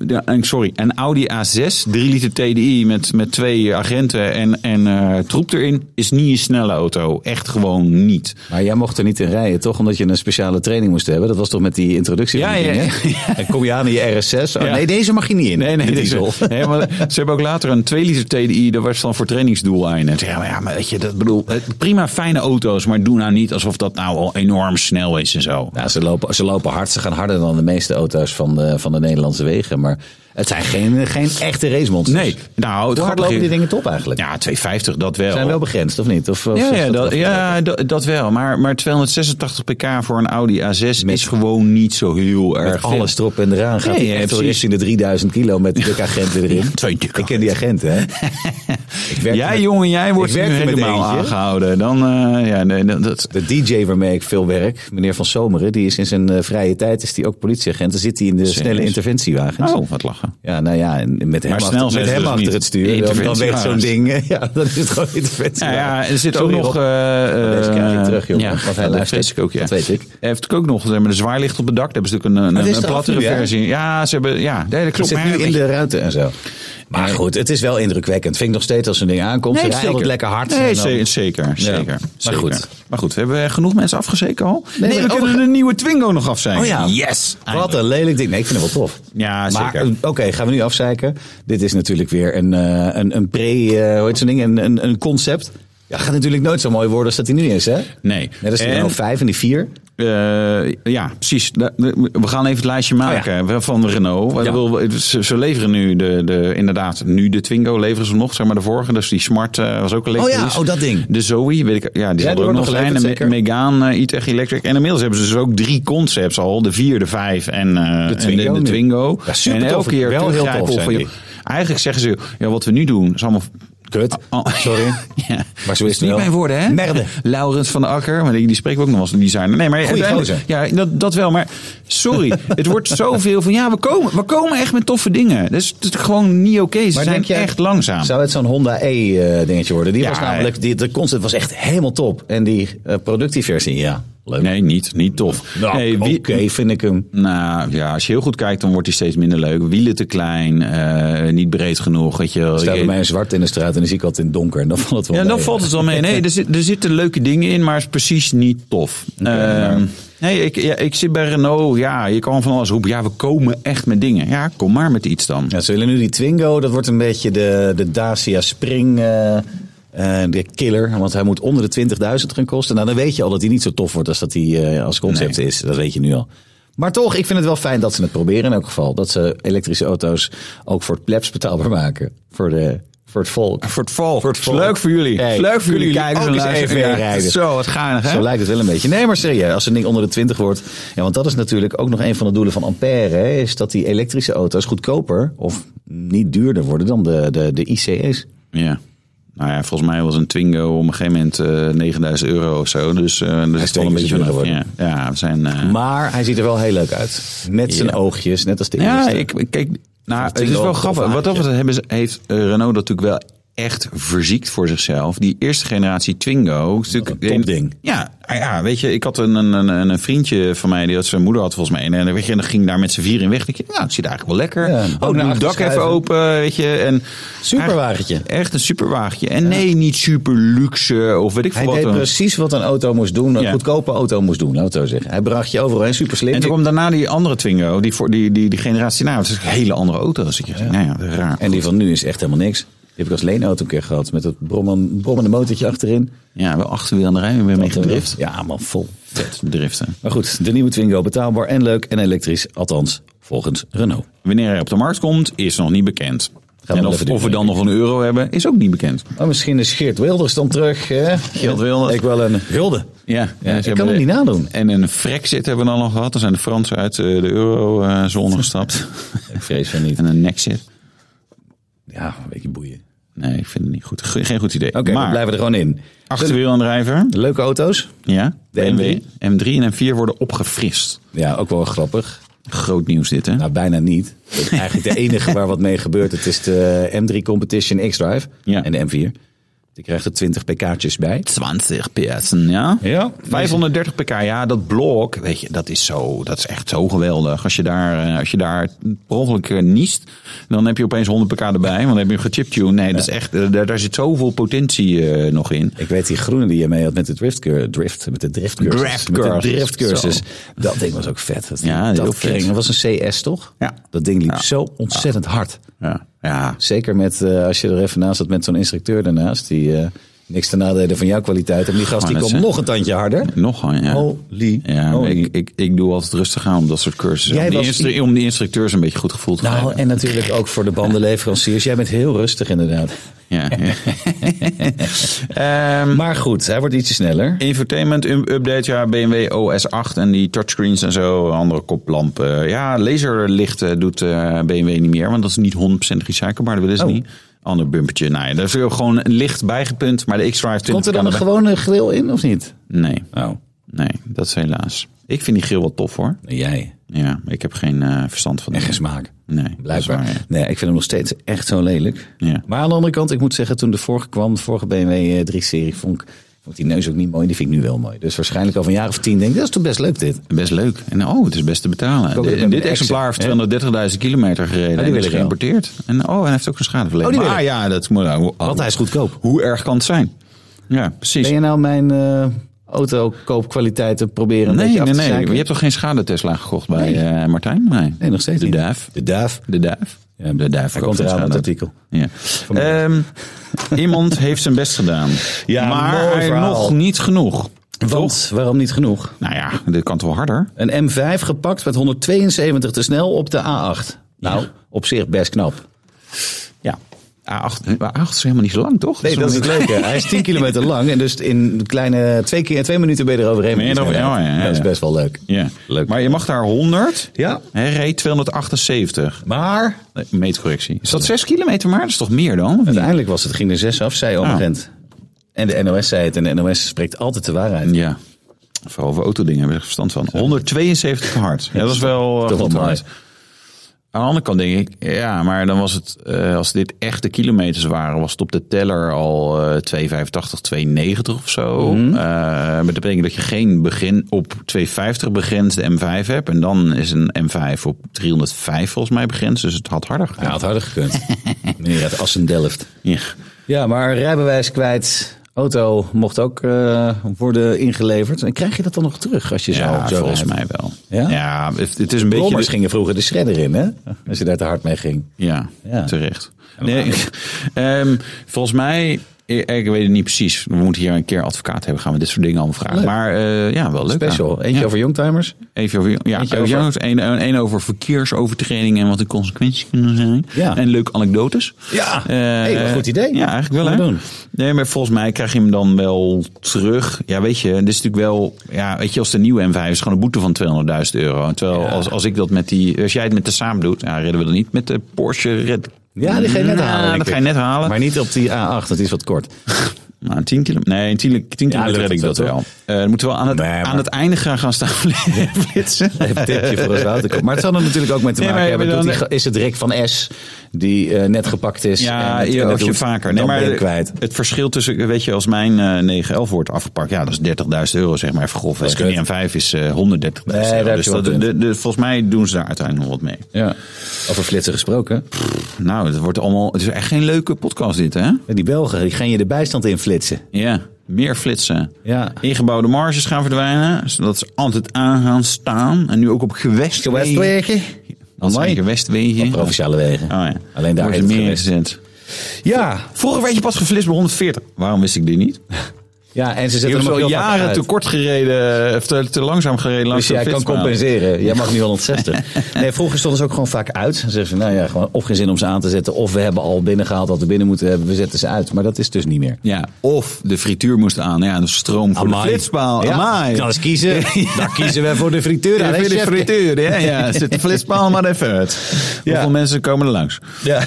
C: ja, en sorry, een Audi A6, 3 liter TDI met, met twee agenten en, en eh, troep erin, is niet een snelle auto. Echt gewoon niet.
B: Maar jij mocht er niet in rijden, toch? Omdat je een speciale training moest hebben. Dat was toch met die introductie? van
C: Ja,
B: die
C: ja,
B: dingen? En kom je aan in je RS6? Oh,
C: Ja.
B: Nee, deze mag je niet in.
C: Nee, nee,
B: de
C: dit is-
B: diesel.
C: Nee, maar ze hebben ook later een 2 liter TDI, dat was dan voor trainingsdoeleinden. Ja, maar, ja, maar weet je, dat bedoel, het- prima fijne auto's, maar doe nou niet alsof dat nou al enorm snel is en zo.
B: Nou, ze, lopen, ze lopen hard. Ze gaan harder dan de meeste auto's van de, van de Nederlandse wegen. Maar het zijn geen, geen echte racemonsters.
C: Nee, nou, het
B: Hoe hard
C: grappige-
B: lopen die dingen top eigenlijk?
C: Ja, 250, dat wel.
B: Zijn wel begrensd, of niet? Of, of
C: ja,
B: is
C: ja, dat,
B: wel-
C: ja dat, dat wel. Maar, maar 286 pk voor een Audi A6 is gewoon niet zo heel erg
B: Met alles
C: veel.
B: erop en eraan gaat
C: Nee,
B: hij
C: ja,
B: echt wel
C: precies.
B: richting de 3000 kilo met
C: [LAUGHS]
B: dikke agenten erin.
C: twee dikke
B: Ik ken die agenten,
C: [LAUGHS]
B: hè? Ik werkte
C: Jij,
B: met-
C: jongen, jij wordt
B: Ik
C: nu
B: werkte met
C: helemaal
B: eentje.
C: aangehouden. Dan, eh, ja, nee, dat, dat,
B: De DJ waarmee ik veel werk, meneer Van Zomeren, die is in zijn eh, vrije tijd is die ook politieagent. Dan zit hij in de snelle interventiewagens.
C: oh, wat lachen.
B: Ja, nou ja, en met hem,
C: Maar snel
B: achter,
C: zijn
B: met
C: ze
B: hem
C: dus
B: achter
C: niet.
B: het stuur, dan- dan
C: Interventiewagens.
B: weet zo'n ding. eh, [LAUGHS] Ja, dan is het gewoon interventie.
C: Ja, ja, er zit
B: Sorry,
C: ook nog.
B: Rob.
C: eh,
B: Deze krijg ik
C: eh,
B: terug, jongen, want hij
C: dat
B: luistert.
C: vrees ik ook, ja.
B: Dat weet ik.
C: Hij heeft ook nog zeg maar, de zwaarlicht op het dak. Daar hebben ze natuurlijk een,
B: is
C: een, een
B: eraf
C: plattere
B: nu, hè?
C: versie. Ja, ze hebben. Ja, nee, dat
B: Het
C: klopt.
B: zit
C: maar
B: nu
C: ja,
B: in de ruiten en zo. Maar goed, het is wel indrukwekkend. Vind ik nog steeds als zo'n ding aankomt. Hij
C: Nee,
B: rijdt
C: zeker.
B: altijd lekker hard.
C: Nee,
B: En dan-
C: ze- zeker. zeker,
B: Maar
C: zeker.
B: goed.
C: Maar goed, hebben we genoeg mensen afgezeken al? Nee,
B: maar-
C: we
B: oh,
C: kunnen
B: we-
C: een nieuwe Twingo nog af zijn.
B: Oh ja.
C: Yes!
B: Wat een lelijk ding. Nee, ik vind het wel tof.
C: Ja,
B: maar,
C: zeker.
B: eh, Oké, gaan we nu afzeiken. Dit is natuurlijk weer een, eh, een, een pre, eh, hoe heet zo'n ding, een, een, een concept. Ja, gaat natuurlijk nooit zo mooi worden als dat hij nu is, hè?
C: Nee.
B: Net als die
C: En-
B: Renault 5 en die 4.
C: Eh, ja, precies. Da- de- We gaan even het lijstje maken van Renault. Wat
B: Oh Ja.
C: wil- Ze, ze leveren nu de, de, inderdaad, nu de Twingo leveren ze nog, zeg maar de vorige. Dus die Smart eh, was ook een
B: ja,
C: elektrisch.
B: oh, dat ding.
C: De Zoe, weet ik, ja, die
B: die
C: zal er ook
B: wordt
C: nog
B: nog
C: zijn.
B: geleverd,
C: De Me- Megane, eh, e-tech Electric. En inmiddels hebben ze dus ook drie concepts al. De vier, de vijf en eh, en de
B: Twingo
C: de
B: nu.
C: Twingo.
B: Ja, super
C: en
B: tof.
C: elke keer
B: Wel heel
C: teruggrijpen
B: tof
C: op
B: zijn
C: van,
B: die.
C: Eigenlijk zeggen ze, ja, wat we nu doen is allemaal...
B: Kut.
C: Oh.
B: Sorry.
C: [LAUGHS] Ja.
B: Maar zo is het
C: Niet
B: wel.
C: mijn woorden, hè?
B: Merde.
C: Laurens van der Akker, maar die, die spreken we ook nog als een designer. Nee, maar
B: Goeie
C: uiteindelijk- Ja, dat, dat wel, maar
B: [LAUGHS]
C: sorry. het wordt zoveel van, ja, we komen, we komen echt met toffe dingen. Dat is, dat is gewoon niet oké. Ze zijn echt langzaam.
B: Zou het zo'n Honda E-dingetje worden? Die
C: Ja,
B: was namelijk, die, de concept was echt helemaal top. En die eh, productieversie, ja, leuk.
C: Nee, niet, niet tof.
B: Nou,
C: nee,
B: oké,
C: wie-
B: vind ik hem.
C: Nou ja, als je heel goed kijkt, dan wordt die steeds minder leuk. Wielen te klein, eh, niet breed genoeg. Weet je, wel.
B: Stel bij
C: Ik-
B: mij een zwart in de straat en dan zie ik altijd in het donker. En dan valt het wel
C: Ja, dan
B: mee.
C: valt het wel mee. Nee, er, zit, er zitten leuke dingen in, maar het is precies niet tof. Ehm, nee, ik, ja, ik zit bij Renault. Ja, je kan van alles roepen. Ja, we komen echt met dingen. Ja, kom maar met iets dan.
B: Ja, ze willen nu die Twingo, dat wordt een beetje de, de Dacia Spring, eh, eh, de killer. Want hij moet onder de 20.000 gaan kosten. Nou, dan weet je al dat hij niet zo tof wordt als dat hij eh, als concept is. Dat weet je nu al. Maar toch, ik vind het wel fijn dat ze het proberen in elk geval. Dat ze elektrische auto's ook voor het plebs betaalbaar maken. Voor de, Voor het volk.
C: Voor het volk.
B: Voor het volk.
C: Leuk voor jullie.
B: Hey,
C: leuk voor jullie
B: kunnen
C: kijkers
B: ook
C: en
B: eens
C: luisteraars.
B: even
C: Ja,
B: meerijden.
C: Zo, wat geinig hè?
B: Zo lijkt het wel een beetje. Nee, maar serieus, als een ding onder de 20 wordt. Ja, want dat is natuurlijk ook nog een van de doelen van Ampère. Hè, is dat die elektrische auto's goedkoper of niet duurder worden dan de, de, de ICE's.
C: Ja. Nou ja, volgens mij was een Twingo op een gegeven moment eh 9000 euro of zo. Dus eh dat is toch
B: Twingo
C: een
B: is
C: beetje
B: duurder
C: vanaf. Ja,
B: geworden.
C: ja, we zijn... eh,
B: Maar hij ziet er wel heel leuk uit. Met zijn
C: Ja.
B: oogjes, net als de
C: Ja,
B: eerste.
C: ik, kijk, nou, het is
B: Twingo
C: wel
B: of
C: grappig. Wat dat
B: Aardje.
C: betreft hebben ze- heeft eh, Renault dat natuurlijk wel echt verziekt voor zichzelf. Die eerste generatie Twingo. is natuurlijk-
B: een topding.
C: Ja, ah ja, weet je, ik had een, een, een, een vriendje van mij, die had zijn moeder had volgens mij. een- En, weet je, en dan ging daar met z'n vieren in weg. Ik dacht, nou, het zit eigenlijk wel lekker.
B: Ja, een boot
C: oh,
B: naar
C: doe het
B: achter
C: dak even
B: schuiven.
C: open, weet je. En
B: Superwagentje.
C: Echt, echt een superwagentje. En nee, niet super luxe of weet ik veel
B: Hij
C: wat.
B: deed
C: dan.
B: precies wat een auto moest doen, een
C: Ja.
B: goedkope auto moest doen, laten we het zo zeggen. Hij bracht je overal heen, super slim.
C: En toen kwam daarna die andere Twingo, die, voor, die, die, die generatie na. Het is een hele andere auto's. Ik dacht, nou ja, raar.
B: En die van nu is echt helemaal niks. Die heb ik als leenauto een keer gehad, met dat brommende brommende motortje achterin.
C: Ja, wel achterwiel aan de rij. We hebben mee gedrift.
B: Ja man, vol.
C: Vet, driften.
B: Maar goed, de nieuwe Twingo betaalbaar en leuk en elektrisch, althans volgens Renault.
C: Wanneer hij op de markt komt, is nog niet bekend.
B: we
C: en
B: wel
C: of,
B: even doen.
C: of we dan nog een euro hebben, is ook niet bekend.
B: Maar misschien is Geert Wilders dan terug. Hè? Geert
C: Wilders.
B: Ik wel een hulde.
C: Ja,
B: Ja,
C: ze
B: ik
C: hebben-
B: kan hem niet nadoen.
C: En een Frexit hebben we dan nog gehad. Dan zijn de Fransen uit eh, de [LAUGHS] eurozone gestapt.
B: Ik vrees van niet.
C: en een Nexit.
B: Ja, een beetje boeien.
C: Nee, ik vind het niet goed. Ge- Geen goed idee.
B: Oké, we
C: maar
B: blijven er gewoon in.
C: achterwielaandrijver,
B: Leuke auto's.
C: ja,
B: De
C: BMW, M3 en M4 worden opgefrist.
B: Ja, ook wel grappig.
C: Groot nieuws dit, hè?
B: Nou, bijna
C: [LAUGHS]
B: niet. Dat is Eigenlijk de enige waar wat mee gebeurt, het is de M3 Competition X-Drive
C: Ja.
B: en de M4. Die krijgt er 20 pk'tjes bij.
C: 20 ps'en, ja?
B: Ja.
C: 530 pk, ja, dat blok, weet je, dat is, zo, dat is echt zo geweldig. Als je daar, eh, als je daar per ongeluk eh, niest, dan heb je opeens 100 pk erbij, want dan heb je hem gechiptuned. Nee, dat is echt, eh, daar, daar zit zoveel potentie eh, nog in.
B: Ik weet die groene die je mee had met de drift, cur- drift met de driftcursus.
C: Driftcursus.
B: Met de driftcursus.
C: Zo.
B: Dat ding was ook vet. Dat,
C: Ja, heel
B: dat
C: vet.
B: kring. Dat was een CS toch?
C: Ja.
B: Dat ding liep
C: Ja.
B: zo ontzettend hard.
C: Ja, ja.
B: Zeker met, eh, als je er even naast zat met zo'n instructeur daarnaast, die eh, niks te nadelen van jouw kwaliteit. En die gast
C: Maar
B: die
C: dat
B: komt
C: is-
B: nog een tandje harder.
C: nog een, ja.
B: Holy
C: Ja, maar
B: moly.
C: ik, ik, ik doe altijd rustig aan om dat soort cursussen.
B: Jij
C: om, die
B: was-
C: instru- om die instructeurs een beetje goed gevoel te
B: Nou,
C: krijgen.
B: en natuurlijk ook voor de bandenleveranciers. Jij bent heel rustig inderdaad.
C: Ja, ja. Ehm,
B: Maar goed, hij wordt ietsje sneller.
C: Infotainment u- update, ja, BMW OS 8 en die touchscreens en zo, andere koplampen. Ja, laserlichten doet eh, BMW niet meer, want dat is niet 100% recyclebaar, dat willen ze
B: Oh.
C: niet. Ander bumpertje, nou ja, daar is ook gewoon een licht bijgepunt, maar de X-Drive 20
B: Komt er dan
C: kan
B: een gewone grill in of niet?
C: Nee,
B: Oh,
C: nee, dat is helaas. Ik vind die grill wel tof hoor.
B: jij.
C: Ja, maar ik heb geen eh, verstand van
B: En
C: die.
B: geen smaak.
C: Nee, dat is
B: Blijkbaar.
C: waar, ja.
B: Nee, ik vind hem nog steeds echt zo lelijk.
C: Ja.
B: Maar aan de andere kant, ik moet zeggen, toen de vorige kwam, de vorige BMW 3-serie, eh, vond ik, vond ik die neus ook niet mooi. Die vind ik nu wel mooi. Dus waarschijnlijk over een jaar of tien denk ik, dat is toch best leuk dit.
C: Best leuk. En oh, het is best te betalen.
B: ook weer
C: Dit-
B: bij
C: dit
B: de Exit,
C: exemplaar
B: hè? Ah,
C: heeft 230.000 kilometer gereden.
B: die
C: en
B: wil
C: is
B: ik wel.
C: geïmporteerd. En oh, en hij heeft ook een schadeverleden.
B: Oh, die wil
C: maar
B: ik.
C: ja, dat moet nou. oh.
B: Want hij is goedkoop.
C: Hoe erg kan het zijn? Ja, precies.
B: Ben je nou mijn eh autokoopkwaliteiten proberen een
C: Nee,
B: beetje af
C: nee,
B: te
C: nee.
B: zeiken?
C: Je hebt toch geen schade Tesla gekocht bij
B: Nee.
C: eh, Martijn? Nee.
B: Nee, nog steeds
C: De
B: niet.
C: duif.
B: De duif.
C: De duif.
B: Ja,
C: de duif.
B: hij
C: verkoopt
B: komt
C: geen
B: eraan met
C: schade.
B: het artikel.
C: Ja. Ehm, [LAUGHS] iemand heeft zijn best gedaan.
B: Ja, mooi
C: maar
B: verhaal.
C: nog niet genoeg. Toch?
B: Want, waarom niet genoeg?
C: Nou ja, dit kan toch wel harder?
B: Een M5 gepakt met 172 te snel op de A8. Nou, op zich best knap.
C: Ja. A8, eh, A8 is helemaal niet zo lang, toch?
B: Nee, dat is het leuke. Hij is 10 kilometer lang en dus in kleine twee, keer, twee minuten ben je er overheen.
C: Ben je er
B: Dus
C: overheen?
B: inderdaad,
C: Ja, ja, ja.
B: Dat is best wel leuk.
C: Ja,
B: Leuk.
C: Maar je mag daar 100.
B: Ja.
C: Hij reed 278.
B: Maar
C: Nee, meetcorrectie. Is dat 6 kilometer maar? Dat is toch meer dan? of niet?
B: uiteindelijk was het, ging er zes af, zei oma
C: Ah.
B: Gent. En de NOS zei het en de NOS spreekt altijd de waarheid.
C: Ja. Vooral over autodingen hebben we er verstand van. 172 te hard. Ja, dat is wel eh,
B: Toch wel
C: goed
B: mooi.
C: hard. Aan de andere kant denk ik, ja, maar dan was het, eh, als dit echt de kilometers waren, was het op de teller al eh, 285, 290 of zo. Eh, maar dat betekent dat je geen begin op 250 begrensde M5 hebt. En dan is een M5 op 305 volgens mij begrensd. Dus het had harder
B: Ja,
C: gekund.
B: had harder gekund. [LAUGHS] Meneer uit Assen-Delft.
C: Ja.
B: Ja, maar rijbewijs kwijt. Auto mocht ook eh, worden ingeleverd. En krijg je dat dan nog terug als je
C: Ja,
B: zo, zo
C: volgens
B: rijdt?
C: mij wel.
B: Ja?
C: Ja, het, het is een beetje...
B: Brommers gingen vroeger de shredder in, hè? Als je daar te hard mee ging.
C: Ja,
B: Ja.
C: [LAUGHS] terecht. Nee, ehm, volgens mij Ik, ik weet het niet precies. We moeten hier een keer advocaat hebben. Gaan we dit soort dingen allemaal vragen.
B: Leuk.
C: Maar eh, ja, wel leuk.
B: Special.
C: ja.
B: Eentje
C: ja.
B: over youngtimers.
C: Even over, ja,
B: Eentje
C: over,
B: over-
C: jongens, één- één- één over verkeersovertredingen en wat de consequenties kunnen zijn.
B: Ja.
C: En leuke anekdotes.
B: Ja.
C: Eh,
B: Hey, wat een goed idee.
C: Ja, eigenlijk wel.
B: Gaan we
C: hè?
B: doen.
C: Nee, maar volgens mij krijg je hem dan wel terug. Ja, weet je, dit is natuurlijk wel. Ja, weet je, als de nieuwe M5 is gewoon een boete van 200.000 euro. Terwijl als, als ik dat met die. Als jij het met de samen doet, ja, redden we dat niet. Met de Porsche Red.
B: Ja, die ga je net
C: Nou,
B: halen. denk
C: dat ga je
B: ik.
C: net halen.
B: Maar niet op die A8, want die is wat
C: [LAUGHS]
B: kort.
C: Nou, 10 kilo, nee, 10, 10 kilometer
B: lukt
C: red ik
B: het
C: dat
B: wel,
C: wel.
B: toch?
C: Eh, dan moeten we aan het,
B: Nee, maar-
C: aan het einde gaan, gaan staan [LAUGHS] flitsen.
B: Even een tipje voor als Wouter komt. Maar het zal er natuurlijk ook mee te
C: Nee,
B: maken
C: maar
B: hebben.
C: dan-
B: Doet die ge- is het Rick van S die eh, net gepakt is?
C: Ja,
B: en het- en
C: je,
B: het
C: als je
B: doet,
C: vaker.
B: Dan
C: Nee,
B: ben je
C: maar
B: hem kwijt.
C: het verschil tussen, weet je, als mijn eh 9-11 wordt afgepakt, ja, dat is 30.000 euro, zeg maar, even grofweg.
B: kut.
C: En die 5 is eh 130.000
B: Nee, daar
C: euro.
B: heb
C: Dus
B: je wel
C: dat,
B: punt.
C: de- de- volgens mij doen ze daar uiteindelijk nog wat mee.
B: Ja. Over flitsen gesproken.
C: Nou, het wordt allemaal, het is echt geen leuke podcast dit, hè?
B: Die Belgen, die gaan je de bijstand in flitsen.
C: Ja, meer flitsen.
B: Ja.
C: Ingebouwde marges gaan verdwijnen, zodat ze altijd aan gaan staan. En nu ook op gewest. Dat zijn gewestwegen.
B: Op provinciale wegen.
C: Oh ja.
B: Alleen daar
C: Wordt
B: heet
C: er
B: het
C: meer
B: gewest.
C: ingezet.
B: Ja.
C: Vroeger werd je pas geflitst bij 140. Waarom wist ik dit niet?
B: ja, en ze
C: Ik
B: zetten
C: heb
B: hem
C: zo
B: ook heel vaak
C: jaren
B: uit.
C: te kort gereden, of te, te langzaam gereden langs
B: Dus jij
C: de
B: kan
C: flitspaal.
B: compenseren. Jij mag niet [LAUGHS] 160. Nee, vroeger stonden ze ook gewoon vaak uit. Dan zeggen ze, nou ja, gewoon of geen zin om ze aan te zetten. Of we hebben al binnengehaald wat we binnen moeten hebben. We zetten ze uit. Maar dat is dus niet meer.
C: Ja, of de frituur moest aan. Ja, de stroom voor de flitspaal. Amai.
B: Kan eens [LAUGHS] kiezen. Dan kiezen we voor de frituur.
C: Ja,
B: hè,
C: voor de
B: chefke?
C: frituur, ja, ja. Zet de flitspaal maar even uit. Hoeveel mensen komen er langs?
B: Ja.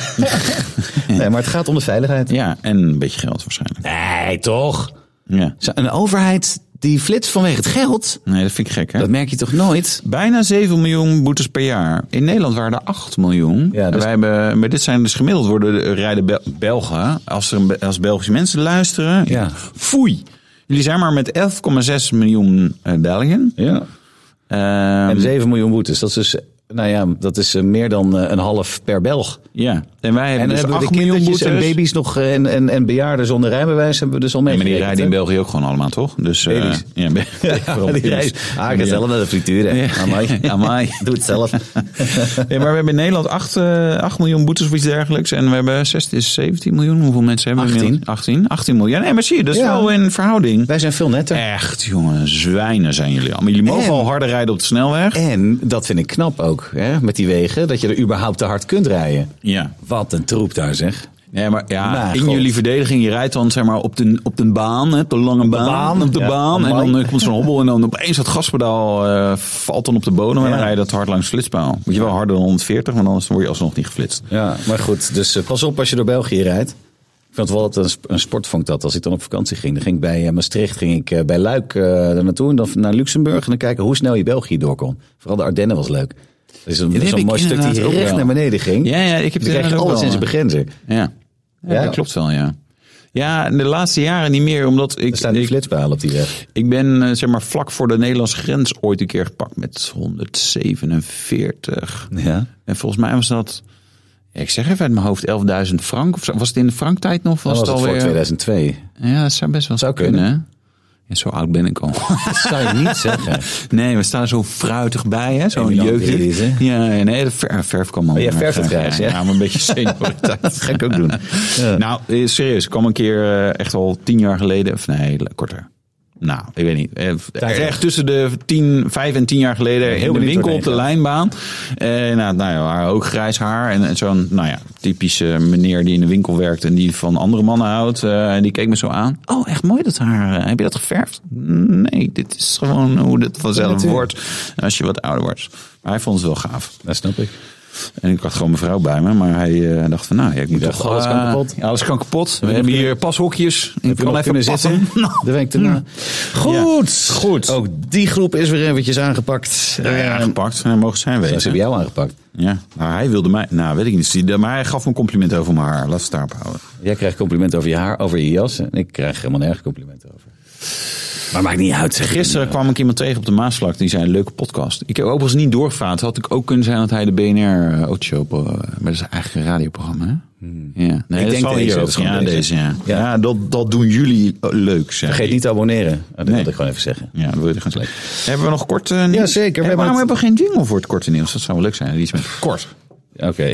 B: [LAUGHS] nee, maar het gaat om de veiligheid.
C: Ja, en een beetje geld waarschijnlijk.
B: Nee, toch?
C: Ja.
B: Zo, Een overheid die flitst vanwege het geld.
C: Nee, dat vind ik gek, hè?
B: Dat merk je toch nooit?
C: Bijna 7 miljoen boetes per jaar. In Nederland waren er 8 miljoen.
B: Ja,
C: En
B: dus-
C: wij hebben, maar dit zijn dus gemiddeld worden de- rijden Bel- Belgen. Als, er, een Be- als Belgische mensen luisteren.
B: Ja.
C: Foei. Jullie zijn maar met 11,6 miljoen eh, Belgen.
B: Ja.
C: Ehm,
B: En 7 miljoen boetes. Dat is dus, nou ja, dat is eh, meer dan eh, een half per Belg.
C: ja. En wij hebben
B: En dan
C: dus
B: hebben we
C: 8
B: de
C: miljoen
B: kindertjes
C: boetes.
B: en baby's nog eh, en, en, en bejaarden zonder rijbewijs hebben we dus al
C: Ja,
B: mee.
C: maar die rijden in België ook gewoon allemaal, toch? Dus, eh,
B: Baby's. [LAUGHS]
C: ja, be- [LAUGHS] waarom
B: die
C: niet?
B: rijden. Ah, ik ga zelf naar de frituur. hè.
C: Ja.
B: Amai.
C: [LAUGHS] Amai.
B: [LAUGHS] Doe het zelf.
C: Ja, maar we hebben in Nederland 8, eh, 8 miljoen boetes of iets dergelijks. En we hebben 16, 17 miljoen. Hoeveel mensen hebben we?
B: 18.
C: inmiddels? 18. 18 miljoen. Nee, maar zie je, dat is
B: Ja.
C: wel in verhouding.
B: Wij zijn veel netter.
C: Echt, jongen, zwijnen zijn jullie allemaal. Jullie mogen
B: En-
C: al harder rijden op de snelweg.
B: En dat vind ik knap ook, hè, met die wegen, dat je er überhaupt te hard kunt rijden.
C: ja.
B: Wat een troep daar zeg.
C: Nee, maar ja,
B: Nou,
C: in
B: God.
C: jullie verdediging, je rijdt dan zeg maar op de, op de baan, hè, op de lange baan.
B: baan,
C: Op de
B: ja.
C: baan. En
B: Amai.
C: dan eh, komt zo'n hobbel en dan opeens dat gaspedaal eh, valt dan op de bodem. En dan rij je dat hard langs de flitspaal. Moet je wel harder dan 140, want anders word je alsnog niet geflitst.
B: Ja, maar goed, dus eh, pas op als je door België rijdt. Ik vond het wel altijd een, sp- een sport, vond ik dat. Als ik dan op vakantie ging, dan ging ik bij eh, Maastricht, ging ik eh, bij Luik eh, daar naartoe en dan naar Luxemburg. En dan kijken hoe snel je België door kon. Vooral de Ardennen was leuk. Er is een,
C: heb
B: zo'n
C: ik
B: mooi stuk
C: inderdaad
B: die
C: ook
B: recht
C: wel.
B: naar beneden ging.
C: Ja, ja, ik heb
B: dan krijg
C: het
B: je
C: inderdaad ook
B: alles in
C: wel,
B: zijn
C: eh.
B: begrenzen.
C: Ja. Ja,
B: Ja.
C: dat klopt wel, ja. Ja, de laatste jaren niet meer, omdat ik,
B: Er staan die
C: ik,
B: flitspalen op die weg.
C: ik ben eh, zeg maar vlak voor de Nederlandse grens ooit een keer gepakt met 147.
B: Ja.
C: En volgens mij was dat, ja, ik zeg even uit mijn hoofd, 11.000 frank. Of zo. was het in de franktijd nog?
B: Dat
C: Was,
B: was
C: het
B: het voor
C: alweer? eh, [LAUGHS]
B: 2002.
C: Ja, dat zou best wel
B: Zou
C: kunnen. hè? Ja, zo oud ben ik al. [LAUGHS]
B: Dat zou je niet [LAUGHS] zeggen.
C: nee, we staan zo fruitig bij, hè? Zo'n
B: Eminent
C: jeugd.
B: is, hè?
C: Ja, ja, nee, de ver- verf kwam al.
B: Oh, ja, verf het
C: ja,
B: grijs, ja.
C: maar een beetje senioriteit.
B: [LAUGHS]
C: dat ga ik ook [LAUGHS] doen. Nou, eh, serieus. Ik kwam een keer eh, echt al tien jaar geleden. Of nee, le- korter. Nou, ik weet niet. eh, Echt tussen de tien, vijf en tien jaar geleden in de
B: benieuwd
C: winkel
B: doorheen,
C: op de
B: ja.
C: lijnbaan. Eh, nou, nou ja, we hadden ook grijs haar. En, en zo'n nou ja, typische meneer die in de winkel werkt en die van andere mannen houdt. eh, en die keek me zo aan. Oh, echt mooi dat haar. eh, Heb je dat geverfd? Nee, dit is gewoon hoe dat vanzelf
B: natuurlijk.
C: wordt als je wat ouder wordt. Maar hij vond het wel gaaf.
B: Dat snap ik.
C: En ik had gewoon mijn vrouw bij me, maar hij eh, dacht van, nou ja, ik moet
B: dacht,
C: toch...
B: alles kan
C: eh,
B: kapot.
C: ja, alles kan kapot. We
B: je
C: hebben
B: nog
C: hier pashokjes. Ik
B: Heb je
C: kan
B: nog
C: even
B: kunnen zitten?
C: [LAUGHS]
B: [LAUGHS]
C: passen.
B: Daar ben ik te na. Goed.
C: Goed.
B: Ook die groep is weer eventjes aangepakt.
C: Nou,
B: Eh,
C: Ja, ja, aangepakt. En hij mogen zijn
B: Ze hebben
C: wezen.
B: jou aangepakt.
C: Ja, maar hij wilde mij... Nou, weet ik niet. Maar hij gaf me een compliment over mijn haar. Laat het daarop houden.
B: Jij krijgt complimenten over je haar, over je jas. En ik krijg helemaal nergens complimenten over. Maar maakt niet uit. zeg.
C: Gisteren kwam ik iemand tegen op de Maasvlakte. Die zei, leuke podcast. Ik heb overigens niet doorgevraagd. Had ik ook kunnen zijn dat hij de BNR Ocho... Maar dat is eigenlijk een radioprogramma, hè? Ja, nee,
B: denk
C: dat zal
B: deze,
C: hier
B: dat
C: ook.
B: is gewoon
C: Ja,
B: deze.
C: deze, ja.
B: Ja.
C: Ja, dat, dat doen jullie eh, leuk, zeg
B: Vergeet
C: ik.
B: niet te abonneren. Ah, dat
C: Nee.
B: wilde ik gewoon even zeggen.
C: Ja, dat wil je gaan slecht. Hebben we nog kort eh, nieuws?
B: Ja, zeker. We
C: En
B: hebben
C: waarom
B: het-
C: hebben we geen jingle voor het korte nieuws? Dat zou wel leuk zijn. Iets met kort.
B: Oké. [LAUGHS]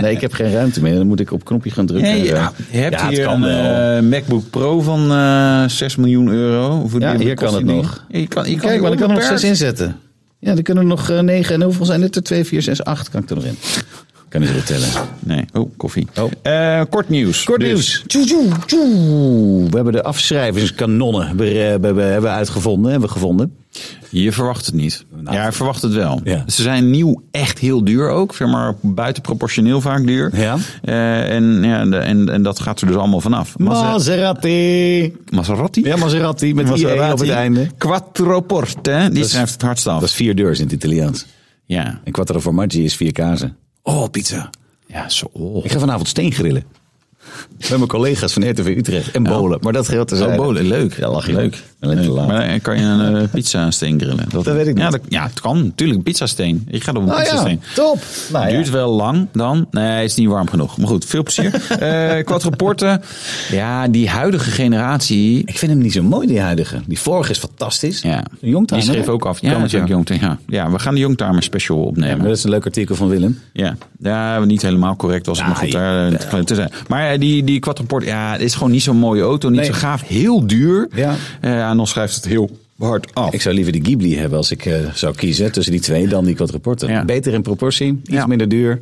B: nee, ik heb geen ruimte meer. Dan moet ik op knopje gaan drukken.
C: Hey,
B: en zo.
C: ja, je hebt
B: Ja, het
C: hier
B: kan
C: een
B: wel.
C: eh, MacBook Pro van eh 6 miljoen euro. Voor
B: Ja,
C: die-
B: hier kan het
C: die-
B: nog.
C: Je kan, je kan
B: Kijk, maar dan kan er nog
C: onbeperkt.
B: zes inzetten. Ja, dan kunnen er nog eh, negen. En hoeveel zijn dit er? Twee, vier, zes, acht. Kan ik er nog in? Kan niet zo goed tellen.
C: Nee, oh, koffie.
B: Oh.
C: Eh, kort nieuws.
B: Kort
C: Dus,
B: nieuws. Tjoe, tjoe, tjoe. We hebben de afschrijvingskanonnen we, we, we, hebben uitgevonden. Hebben we gevonden.
C: Je verwacht het niet. ja, je verwacht het wel.
B: Nou. Ja.
C: Ze zijn nieuw echt heel duur ook. Zeg maar buitenproportioneel vaak duur.
B: Ja.
C: Eh, en, ja, de- en, en dat gaat er dus allemaal vanaf. Maser-
B: Maserati.
C: Maserati?
B: Ja, Maserati met IE op het einde.
C: Quattroporte. Die schrijft hard af.
B: Dat is vier deurs in het Italiaans.
C: ja.
B: En quattro formaggi is vier kazen. Oh, pizza.
C: Ja, zo. Oh,
B: Ik ga vanavond steen grillen. Met mijn collega's van RTV Utrecht en Bolen. Maar dat geldt te zijn.
C: Oh, bolen, leuk.
B: Ja, lach je. Leuk. Alleen te laat.
C: Maar dan kan je een eh, pizzasteen grillen.
B: Dat weet ik
C: Ja,
B: niet.
C: dat, ja, het kan. Natuurlijk, pizzasteen. Ik ga op een
B: Nou ja,
C: pizzasteen.
B: top. Nou ja.
C: Duurt wel lang dan. Nee, het is niet warm genoeg. Maar goed, veel
B: [LAUGHS]
C: plezier. Eh Quattroporte. Ja, die huidige generatie.
B: Ik vind hem niet zo mooi, die huidige. Die vorige is fantastisch.
C: Ja.
B: Een Youngtimer,
C: Die schreef
B: hè?
C: ook
B: Komend
C: af. Ja,
B: jaar.
C: natuurlijk, Youngtimer, ja. ja, we gaan de Youngtimer special opnemen.
B: Dat is een leuk artikel van Willem.
C: Ja, ja niet helemaal correct was het,
B: Ja,
C: maar goed.
B: Nou, je-
C: Daar, eh, te zijn. Maar eh, die, die Quattroporte, ja, het is gewoon niet zo'n mooie auto. Niet
B: Nee.
C: zo gaaf. Heel duur.
B: Ja.
C: Eh, aan ons schrijft het heel hard af.
B: Ik zou liever die Ghibli hebben als ik eh, zou kiezen tussen die twee dan die quadruporten.
C: Ja.
B: Beter in proportie, iets
C: Ja.
B: minder duur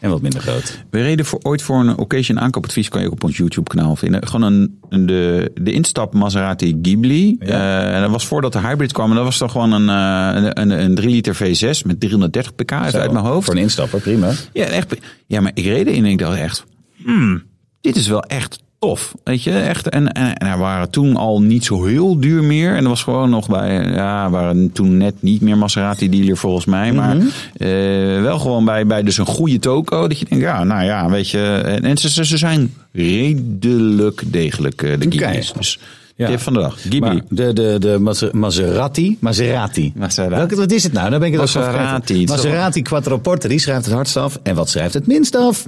B: en wat minder groot.
C: We reden voor, ooit voor een occasion aankoopadvies. Kan je ook op ons YouTube kanaal vinden. Gewoon een, een- de, de instap Maserati Ghibli. Eh, en dat was voordat de hybrid kwam. En dat was dan gewoon een, eh, een, een, een 3 liter V6 met 330 pk. Even
B: Zo,
C: uit mijn hoofd.
B: Voor een instapper, prima.
C: Ja, echt, pri- ja maar ik reed erin en ik dacht echt... hmm, dit is wel echt tof. Weet je, echt. En, en, en er waren toen al niet zo heel duur meer. En er was gewoon nog bij... Ja, waren toen net niet meer Maserati dealer volgens mij. Maar
B: Mhm.
C: eh, wel gewoon bij, bij dus een goede toko. Dat je denkt, ja, nou ja, weet je... En, en ze, ze, ze zijn redelijk degelijk, eh, de Ghiblis. Dus
B: Ja.
C: tip van de dag. Ghibli.
B: Maar de, de, de Maser- Maserati. Maserati.
C: Maserati.
B: Welke, wat is het nou? Dan ben ik het ook gewoon vergeten.
C: Maserati. Het is toch-
B: Maserati Quattroporte, die schrijft het hardst af. En wat schrijft het minst af?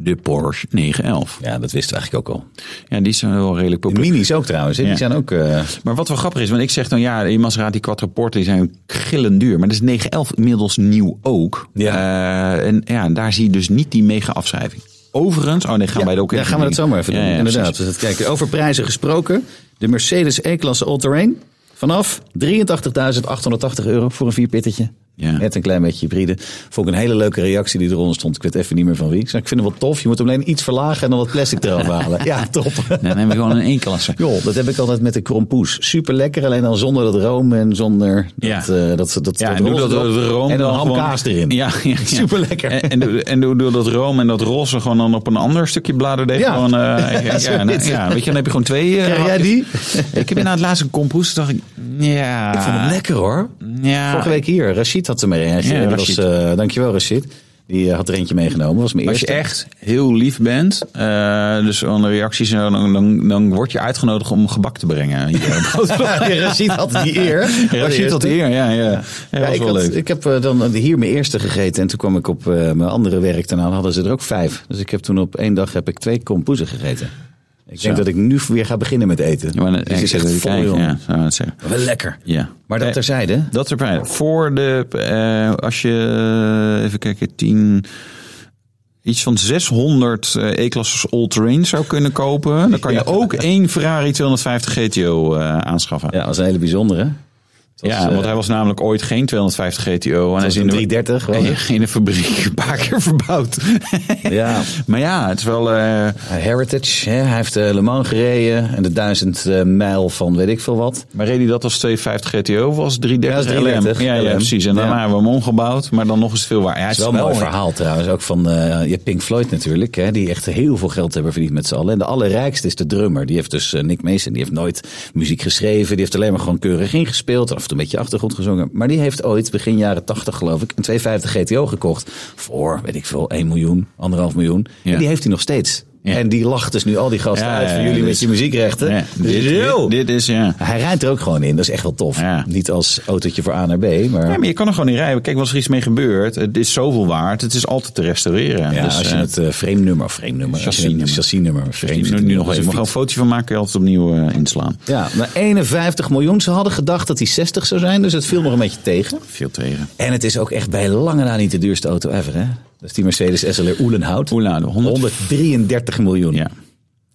C: de Porsche 911.
B: Ja, dat wisten we eigenlijk ook al.
C: Ja, die zijn wel redelijk
B: De
C: populair.
B: minis ook trouwens. hè? Die
C: Ja.
B: zijn ook... eh,
C: Maar wat wel grappig is, want ik zeg dan ja, die Maserati Quattroporte die zijn gillend duur. Maar dat is 911 inmiddels nieuw ook.
B: Ja.
C: Eh, en ja, daar zie je dus niet die mega afschrijving. Overigens, oh nee, gaan wij dat ook
B: Ja,
C: even
B: gaan we dat zomaar even doen. Inderdaad. Dus dat, kijk, over prijzen gesproken. De Mercedes E-klasse All-Terrain. Vanaf 83.880 euro voor een vierpittetje.
C: Ja.
B: Net een klein beetje hybride. Vond ik een hele leuke reactie die eronder stond. Ik weet even niet meer van wie. Ik, zei, ik vind hem wel tof. Je moet hem alleen iets verlagen en dan wat plastic eraf
C: [LAUGHS]
B: halen. Ja, top.
C: Dan hebben we gewoon een
B: [LAUGHS]
C: één-klasse.
B: Joh, dat heb ik altijd met de krompoes. Super lekker, alleen dan zonder dat room en zonder dat,
C: Ja.
B: eh, dat, dat, dat,
C: Ja, en
B: roze
C: doe dat
B: erop.
C: eh, room
B: En dan
C: gewoon-
B: hamkaas erin.
C: Ja, ja, ja.
B: Superlekker.
C: En, en, doe, en doe, doe dat room en dat roze gewoon dan op een ander stukje bladerdeeg.
B: Ja. [LAUGHS]
C: Gewoon, eh, ja, ja, nou, ja, weet je, dan heb je gewoon twee. eh,
B: Krijg jij
C: hapjes.
B: die?
C: Ik heb inderdaad laatst een kompoes, dacht ik, ja.
B: Ik vond hem lekker hoor.
C: Ja.
B: Vorige week hier, Rashid had er mee. Ja,
C: Ah. Ja,
B: die
C: Rashid.
B: Was, eh, dankjewel Rashid. Die eh, had er eentje meegenomen. Was mijn
C: Als
B: eerste.
C: je echt heel lief bent, eh, dus aan de reacties, en zo, dan, dan, dan word je uitgenodigd om gebak te
B: [LAUGHS]
C: brengen. hier.
B: Ja, Rashid had die eer. Was de
C: Reactie tot
B: eerste.
C: eer, ja, ja. ja,
B: Ja,
C: was
B: ik,
C: wel
B: had-
C: leuk.
B: ik heb eh, dan hier mijn eerste gegeten en toen kwam ik op eh, mijn andere werk. Daarna hadden ze er ook vijf. Dus ik heb toen op één dag heb ik twee kompoezen gegeten. Ik denk dat ik nu weer ga beginnen met eten.
C: Ja, maar dan-
B: Dit is
C: ik-
B: echt
C: ik-
B: vol,
C: kijk,
B: jongen.
C: ja, zou het zeggen.
B: Wel lekker.
C: Ja.
B: Maar dat
C: Eh,
B: terzijde.
C: Dat erbij. Voor de, eh, als je, eh, even kijken, 10, iets van 600 eh, E-klasses all-terrain zou kunnen kopen. Dan kan je ook één Ferrari 250 GTO eh, aanschaffen.
B: Ja,
C: Ja,
B: dat was een hele bijzondere. Het was, eh,
C: want hij was namelijk ooit geen 250 GTO. En
B: was
C: hij is nou in
B: een
C: de,
B: 330. was het?
C: in de fabriek een paar keer verbouwd.
B: [LAUGHS] Ja.
C: Maar ja, het is wel... eh,
B: Heritage, hè? hij heeft eh, Le Mans gereden en de duizend eh, mijl van weet ik veel wat.
C: maar reed hij dat als 250 GTO of als
B: Ja, als
C: 330
B: 330
C: LM? Ja, ja,
B: LM.
C: precies. En daarna
B: Ja.
C: hebben we hem omgebouwd, maar dan nog eens veel waar. Ja, het
B: Het is wel een mooi verhaal trouwens, ook van eh, je hebt Pink Floyd natuurlijk, hè, die echt heel veel geld hebben verdiend met z'n allen. En de allerrijkste is de drummer, die heeft dus eh, Nick Mason, die heeft nooit muziek geschreven, die heeft alleen maar gewoon keurig ingespeeld, en af en toe een beetje achtergrond gezongen. Maar die heeft ooit, begin jaren 80 geloof ik, een 250 GTO gekocht voor, weet ik veel, 1 miljoen, 1,5 miljoen.
C: Ja.
B: En die heeft hij nog steeds.
C: Ja.
B: En die lacht dus nu al die gasten
C: Ja,
B: uit van
C: ja,
B: jullie
C: dus-
B: met je muziekrechten.
C: Ja,
B: Dus
C: dit,
B: yo!
C: dit, dit is, ja.
B: Hij rijdt er ook gewoon in, dat is echt wel tof.
C: Ja.
B: Niet als autootje voor A naar B, maar,
C: Ja, maar je kan er gewoon in rijden. Kijk, als er iets mee gebeurt, het is zoveel waard. Het is altijd te restaureren.
B: ja,
C: dus,
B: als je
C: eh,
B: het eh frame nummer, of frame nummer,
C: Chassisnummer.
B: chassis nummer, frame
C: nu, nu nog even. We gaan een foto van maken, kun je altijd opnieuw eh, inslaan.
B: Ja, maar 51 miljoen. Ze hadden gedacht dat die 60 zou zijn, dus het viel nog een beetje tegen.
C: Veel tegen.
B: En het is ook echt bij lange na niet de duurste auto ever, hè? Dat is die Mercedes SLR Oelenhout.
C: Oela, de 100.
B: 133 miljoen.
C: Ja,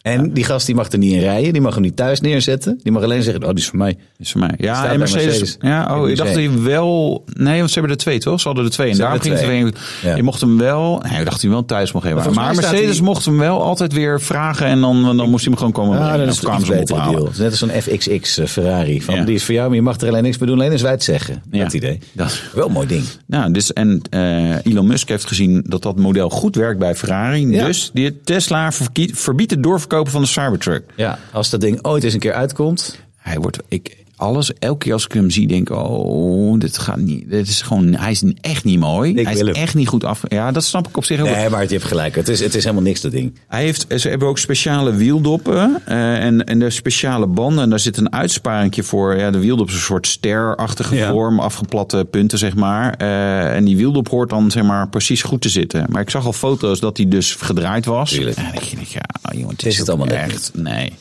B: En die gast die mag er niet in rijden. Die mag hem niet thuis neerzetten. Die mag alleen zeggen, oh, die is voor mij.
C: is voor mij.
B: Staat
C: Ja,
B: bij
C: en Mercedes.
B: Mercedes.
C: Ja,
B: In
C: oh,
B: het
C: ik dacht
B: museum.
C: hij wel. Nee, want ze hebben er twee, toch? Ze hadden er twee. En
B: Ze
C: daarom ging
B: hebben
C: het
B: er
C: weer.
B: twee. Ja.
C: Je mocht hem wel. Nee, ik dacht hij wel thuis mocht hebben. Maar,
B: volgens mij staat
C: Mercedes
B: hij-
C: mocht hem wel altijd weer vragen. En dan, dan moest hij hem gewoon komen.
B: Ah,
C: brengen.
B: dat
C: Dan
B: is een
C: kwamen
B: iets
C: ze hem
B: betere
C: ophalen.
B: deal. Het is Net als zo'n FXX eh, Ferrari. Van,
C: Ja.
B: Die is voor jou, maar je mag er alleen niks mee doen. Alleen als wij het zeggen.
C: Ja.
B: Dat idee.
C: Dat-
B: Wel een mooi ding.
C: Nou, dus, en eh, Elon Musk heeft gezien dat dat model goed werkt bij Ferrari.
B: Ja.
C: Dus die Tesla verkie- verbiedt het doorverkopen van de Cybertruck.
B: Ja, als dat ding ooit eens een keer uitkomt.
C: Hij wordt, ik, alles, elke keer als ik hem zie, denk ik, oh, dit gaat niet. Dit is gewoon, hij is echt niet mooi.
B: Ik
C: hij is
B: wil hem.
C: echt niet goed af. Ja, dat snap ik op zich ook. wel.
B: Nee, maar het- je hebt gelijk. Het is, het is helemaal niks, dat ding.
C: Hij heeft, ze hebben ook speciale wieldoppen eh, en, en de speciale banden. En daar zit een uitsparingje voor. Ja, de wieldop is een soort sterachtige
B: Ja.
C: vorm, afgeplatte punten, zeg maar. Eh, en die wieldop hoort dan zeg maar, precies goed te zitten. Maar ik zag al foto's dat die dus gedraaid was.
B: Tuurlijk.
C: En ik denk, ja, oh, jongen, het
B: Is
C: is,
B: het
C: ook
B: allemaal net
C: echt. Nee. nee.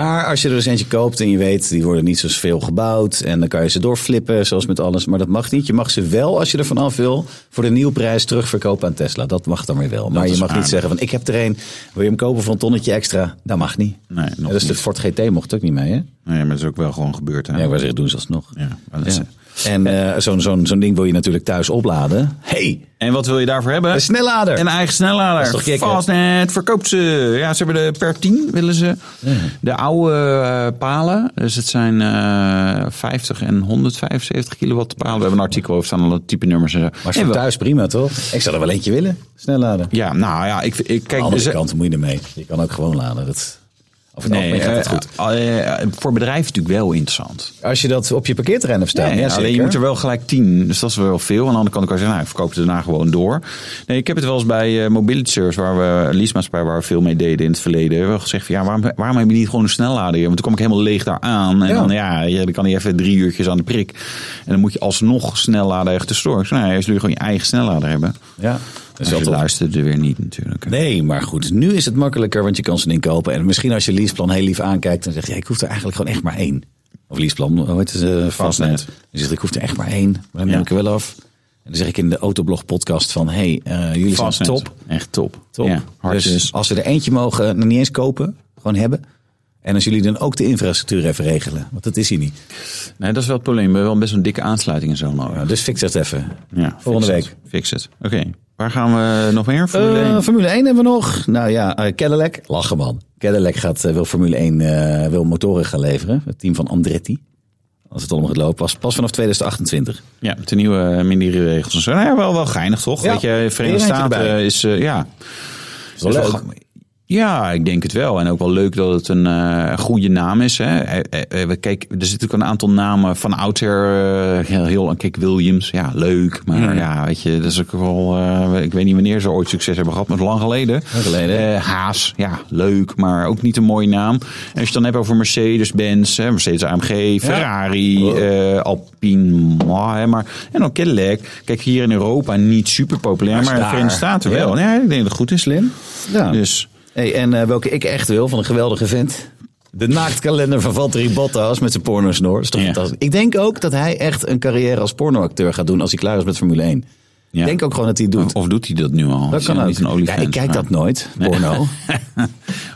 B: Maar als je er dus eentje koopt en je weet, die worden niet zo veel gebouwd. En dan kan je ze doorflippen, zoals met alles. Maar dat mag niet. Je mag ze wel, als je er vanaf wil, voor de nieuwprijs terugverkopen aan Tesla. Dat mag dan weer wel. Maar je
C: is
B: mag niet
C: aardig.
B: zeggen van, ik heb er een. Wil je hem kopen voor een tonnetje extra? Dat mag niet.
C: Nee, nog
B: Ja, dat is de
C: niet.
B: Ford GT mocht ook niet mee, hè?
C: nee, maar het is ook wel gewoon gebeurd. Hè?
B: Ja, wij zeggen, doen ze alsnog.
C: Ja, maar dat is-
B: En Dus, eh, zo'n zo'n zo'n ding wil je natuurlijk thuis opladen. hey,
C: En wat wil je daarvoor hebben?
B: een snellader!
C: Een eigen
B: Dat is toch
C: snellader.
B: gek, hè?
C: Fastnet verkoopt ze. Ja, ze hebben de per 10 willen ze. De oude eh, palen. Dus het zijn eh, 50 en 175 kilowatt palen. We hebben een artikel over staan, alle type nummers eh, en zo.
B: maar
C: En
B: voor
C: wel-
B: thuis prima, toch? Ik zou er wel eentje willen, snellader.
C: Ja, nou ja, ik, ik
B: Aan
C: kijk.
B: de andere
C: dus-
B: kant moet je ermee. Je kan ook gewoon laden. Dat, over het
C: Nee,
B: algemeen gaat dat
C: eh,
B: goed.
C: eh, eh, voor bedrijven natuurlijk wel interessant.
B: Als je dat op je parkeerterrein hebt staan.
C: Nee,
B: ja,
C: alleen je moet er wel gelijk 10. Dus dat is wel veel. Aan de andere kant kan je zeggen, nou, ik verkoop het daarna gewoon door. Nee, ik heb het wel eens bij eh, Mobility Service, waar we leasemaatschappij, waar we veel mee deden in het verleden. Wel gezegd van, ja, waarom, waarom heb je niet gewoon een snellader? hier? Want toen kom ik helemaal leeg daar aan. En
B: Ja.
C: dan, ja, ja, dan kan hij even drie uurtjes aan de prik. En dan moet je alsnog snellader echt tussendoor. Ik zei, nou, als jullie gewoon je eigen snellader hebben.
B: Ja, dat
C: Dus
B: is wel
C: dat
B: tof.
C: luistert er weer niet natuurlijk.
B: Nee, maar goed. Nu is het makkelijker, want je kan ze niet kopen. En misschien als je leaseplan heel lief aankijkt en zegt... Ja, ik hoef er eigenlijk gewoon echt maar één. Of leaseplan, hoe heet het? eh, Fastnet.
C: Fastnet.
B: Je zegt, ik hoef er echt maar één. Maar dan neem
C: Ja.
B: ik er wel af. En dan zeg ik in de Autoblog podcast van... hey, eh, jullie
C: Fastnet.
B: zijn top.
C: Echt top.
B: Top.
C: Ja, hartjes.
B: dus als we er eentje mogen, eh, nog niet eens kopen, gewoon hebben. En als jullie dan ook de infrastructuur even regelen. Want dat is hier niet.
C: Nee, dat is wel het probleem. We hebben wel best een dikke aansluiting en zo nodig.
B: Nou, dus fix dat even.
C: Ja,
B: Volgende
C: fix
B: week.
C: het. Fix het. Oké. Waar gaan we nog meer? Formule
B: Eh,
C: 1?
B: Formule 1 hebben we nog. Nou ja, eh, Cadillac. Lachen man. Cadillac gaat, eh, wil Formule 1 eh, wil motoren gaan leveren. Het team van Andretti. Als het allemaal gaat lopen. Pas, pas vanaf 2028.
C: Ja, met de nieuwe minderregels en zo. Nou ja, wel, wel geinig toch?
B: Ja,
C: Weet je,
B: weer
C: Verenigde
B: eentje
C: Staten
B: erbij.
C: is... eh, ja.
B: Dat is wel
C: Is
B: leuk.
C: wel ga- ja, ik denk het wel. En ook wel leuk dat het een eh, goede naam is. Hè? Eh, eh, eh, we kijk, er zitten natuurlijk een aantal namen van oudsher. eh, heel, heel, kijk, Williams, ja, leuk. Maar ja, weet je, dat is ook wel... eh, ik weet niet wanneer ze ooit succes hebben gehad, maar lang geleden.
B: Lang geleden, hè?
C: Eh, Haas, ja, leuk, maar ook niet een mooie naam. En als je het dan hebt over Mercedes-Benz, hè, Mercedes-AMG, Ferrari, eh, Alpine, mwah, hè, maar, en dan Cadillac. Kijk, hier in Europa niet super populair, maar, in de
B: daar.
C: Verenigde Staten
B: Ja.
C: wel. Nee, ik denk dat het goed is, Slim.
B: Ja.
C: Dus
B: Hey, en eh, welke ik echt wil van een geweldige vent. De naaktkalender van Valtteri Bottas met zijn pornosnor. Dat is toch
C: Ja.
B: fantastisch. Ik denk ook dat hij echt een carrière als pornoacteur gaat doen als hij klaar is met Formule 1.
C: Ja.
B: Ik denk ook gewoon dat hij het doet.
C: Of doet hij dat nu al?
B: dat
C: Is hij
B: kan
C: Niet een
B: ook. Ja,
C: olifant,
B: ik kijk
C: maar-
B: dat nooit, porno.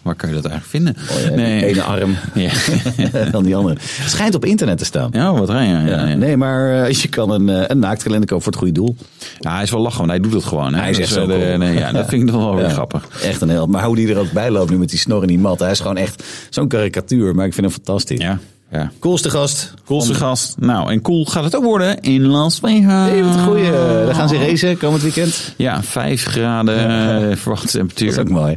C: Waar kan je dat eigenlijk vinden?
B: Oh ja, die ene arm. [LAUGHS]
C: Ja.
B: dan die andere. Het schijnt op internet te staan.
C: Ja, wat raar. Ja, ja,
B: Ja,
C: ja.
B: Nee, maar eh, je kan een, eh, een naaktkalender kopen voor het goede doel.
C: Ja, hij is wel lachen, want hij doet het gewoon. Hè?
B: Hij is
C: Dus,
B: echt zo
C: eh,
B: cool.
C: de- nee, ja, dat vind ik toch wel
B: [LAUGHS]
C: weer
B: Ja,
C: Oh, grappig.
B: Echt een heel. Maar hoe die er ook bij loopt nu met die snor en die mat. Hij is gewoon echt zo'n karikatuur, maar ik vind hem fantastisch.
C: Ja, ja.
B: Coolste gast.
C: Coolste gast. Nou, en cool gaat het ook worden in Las Vegas.
B: Hey, wat een goeie. Daar gaan ze racen komend weekend.
C: Ja, 5 graden eh,
B: Dat [LAUGHS] is
C: verwachte
B: ook
C: temperatuur.
B: mooi.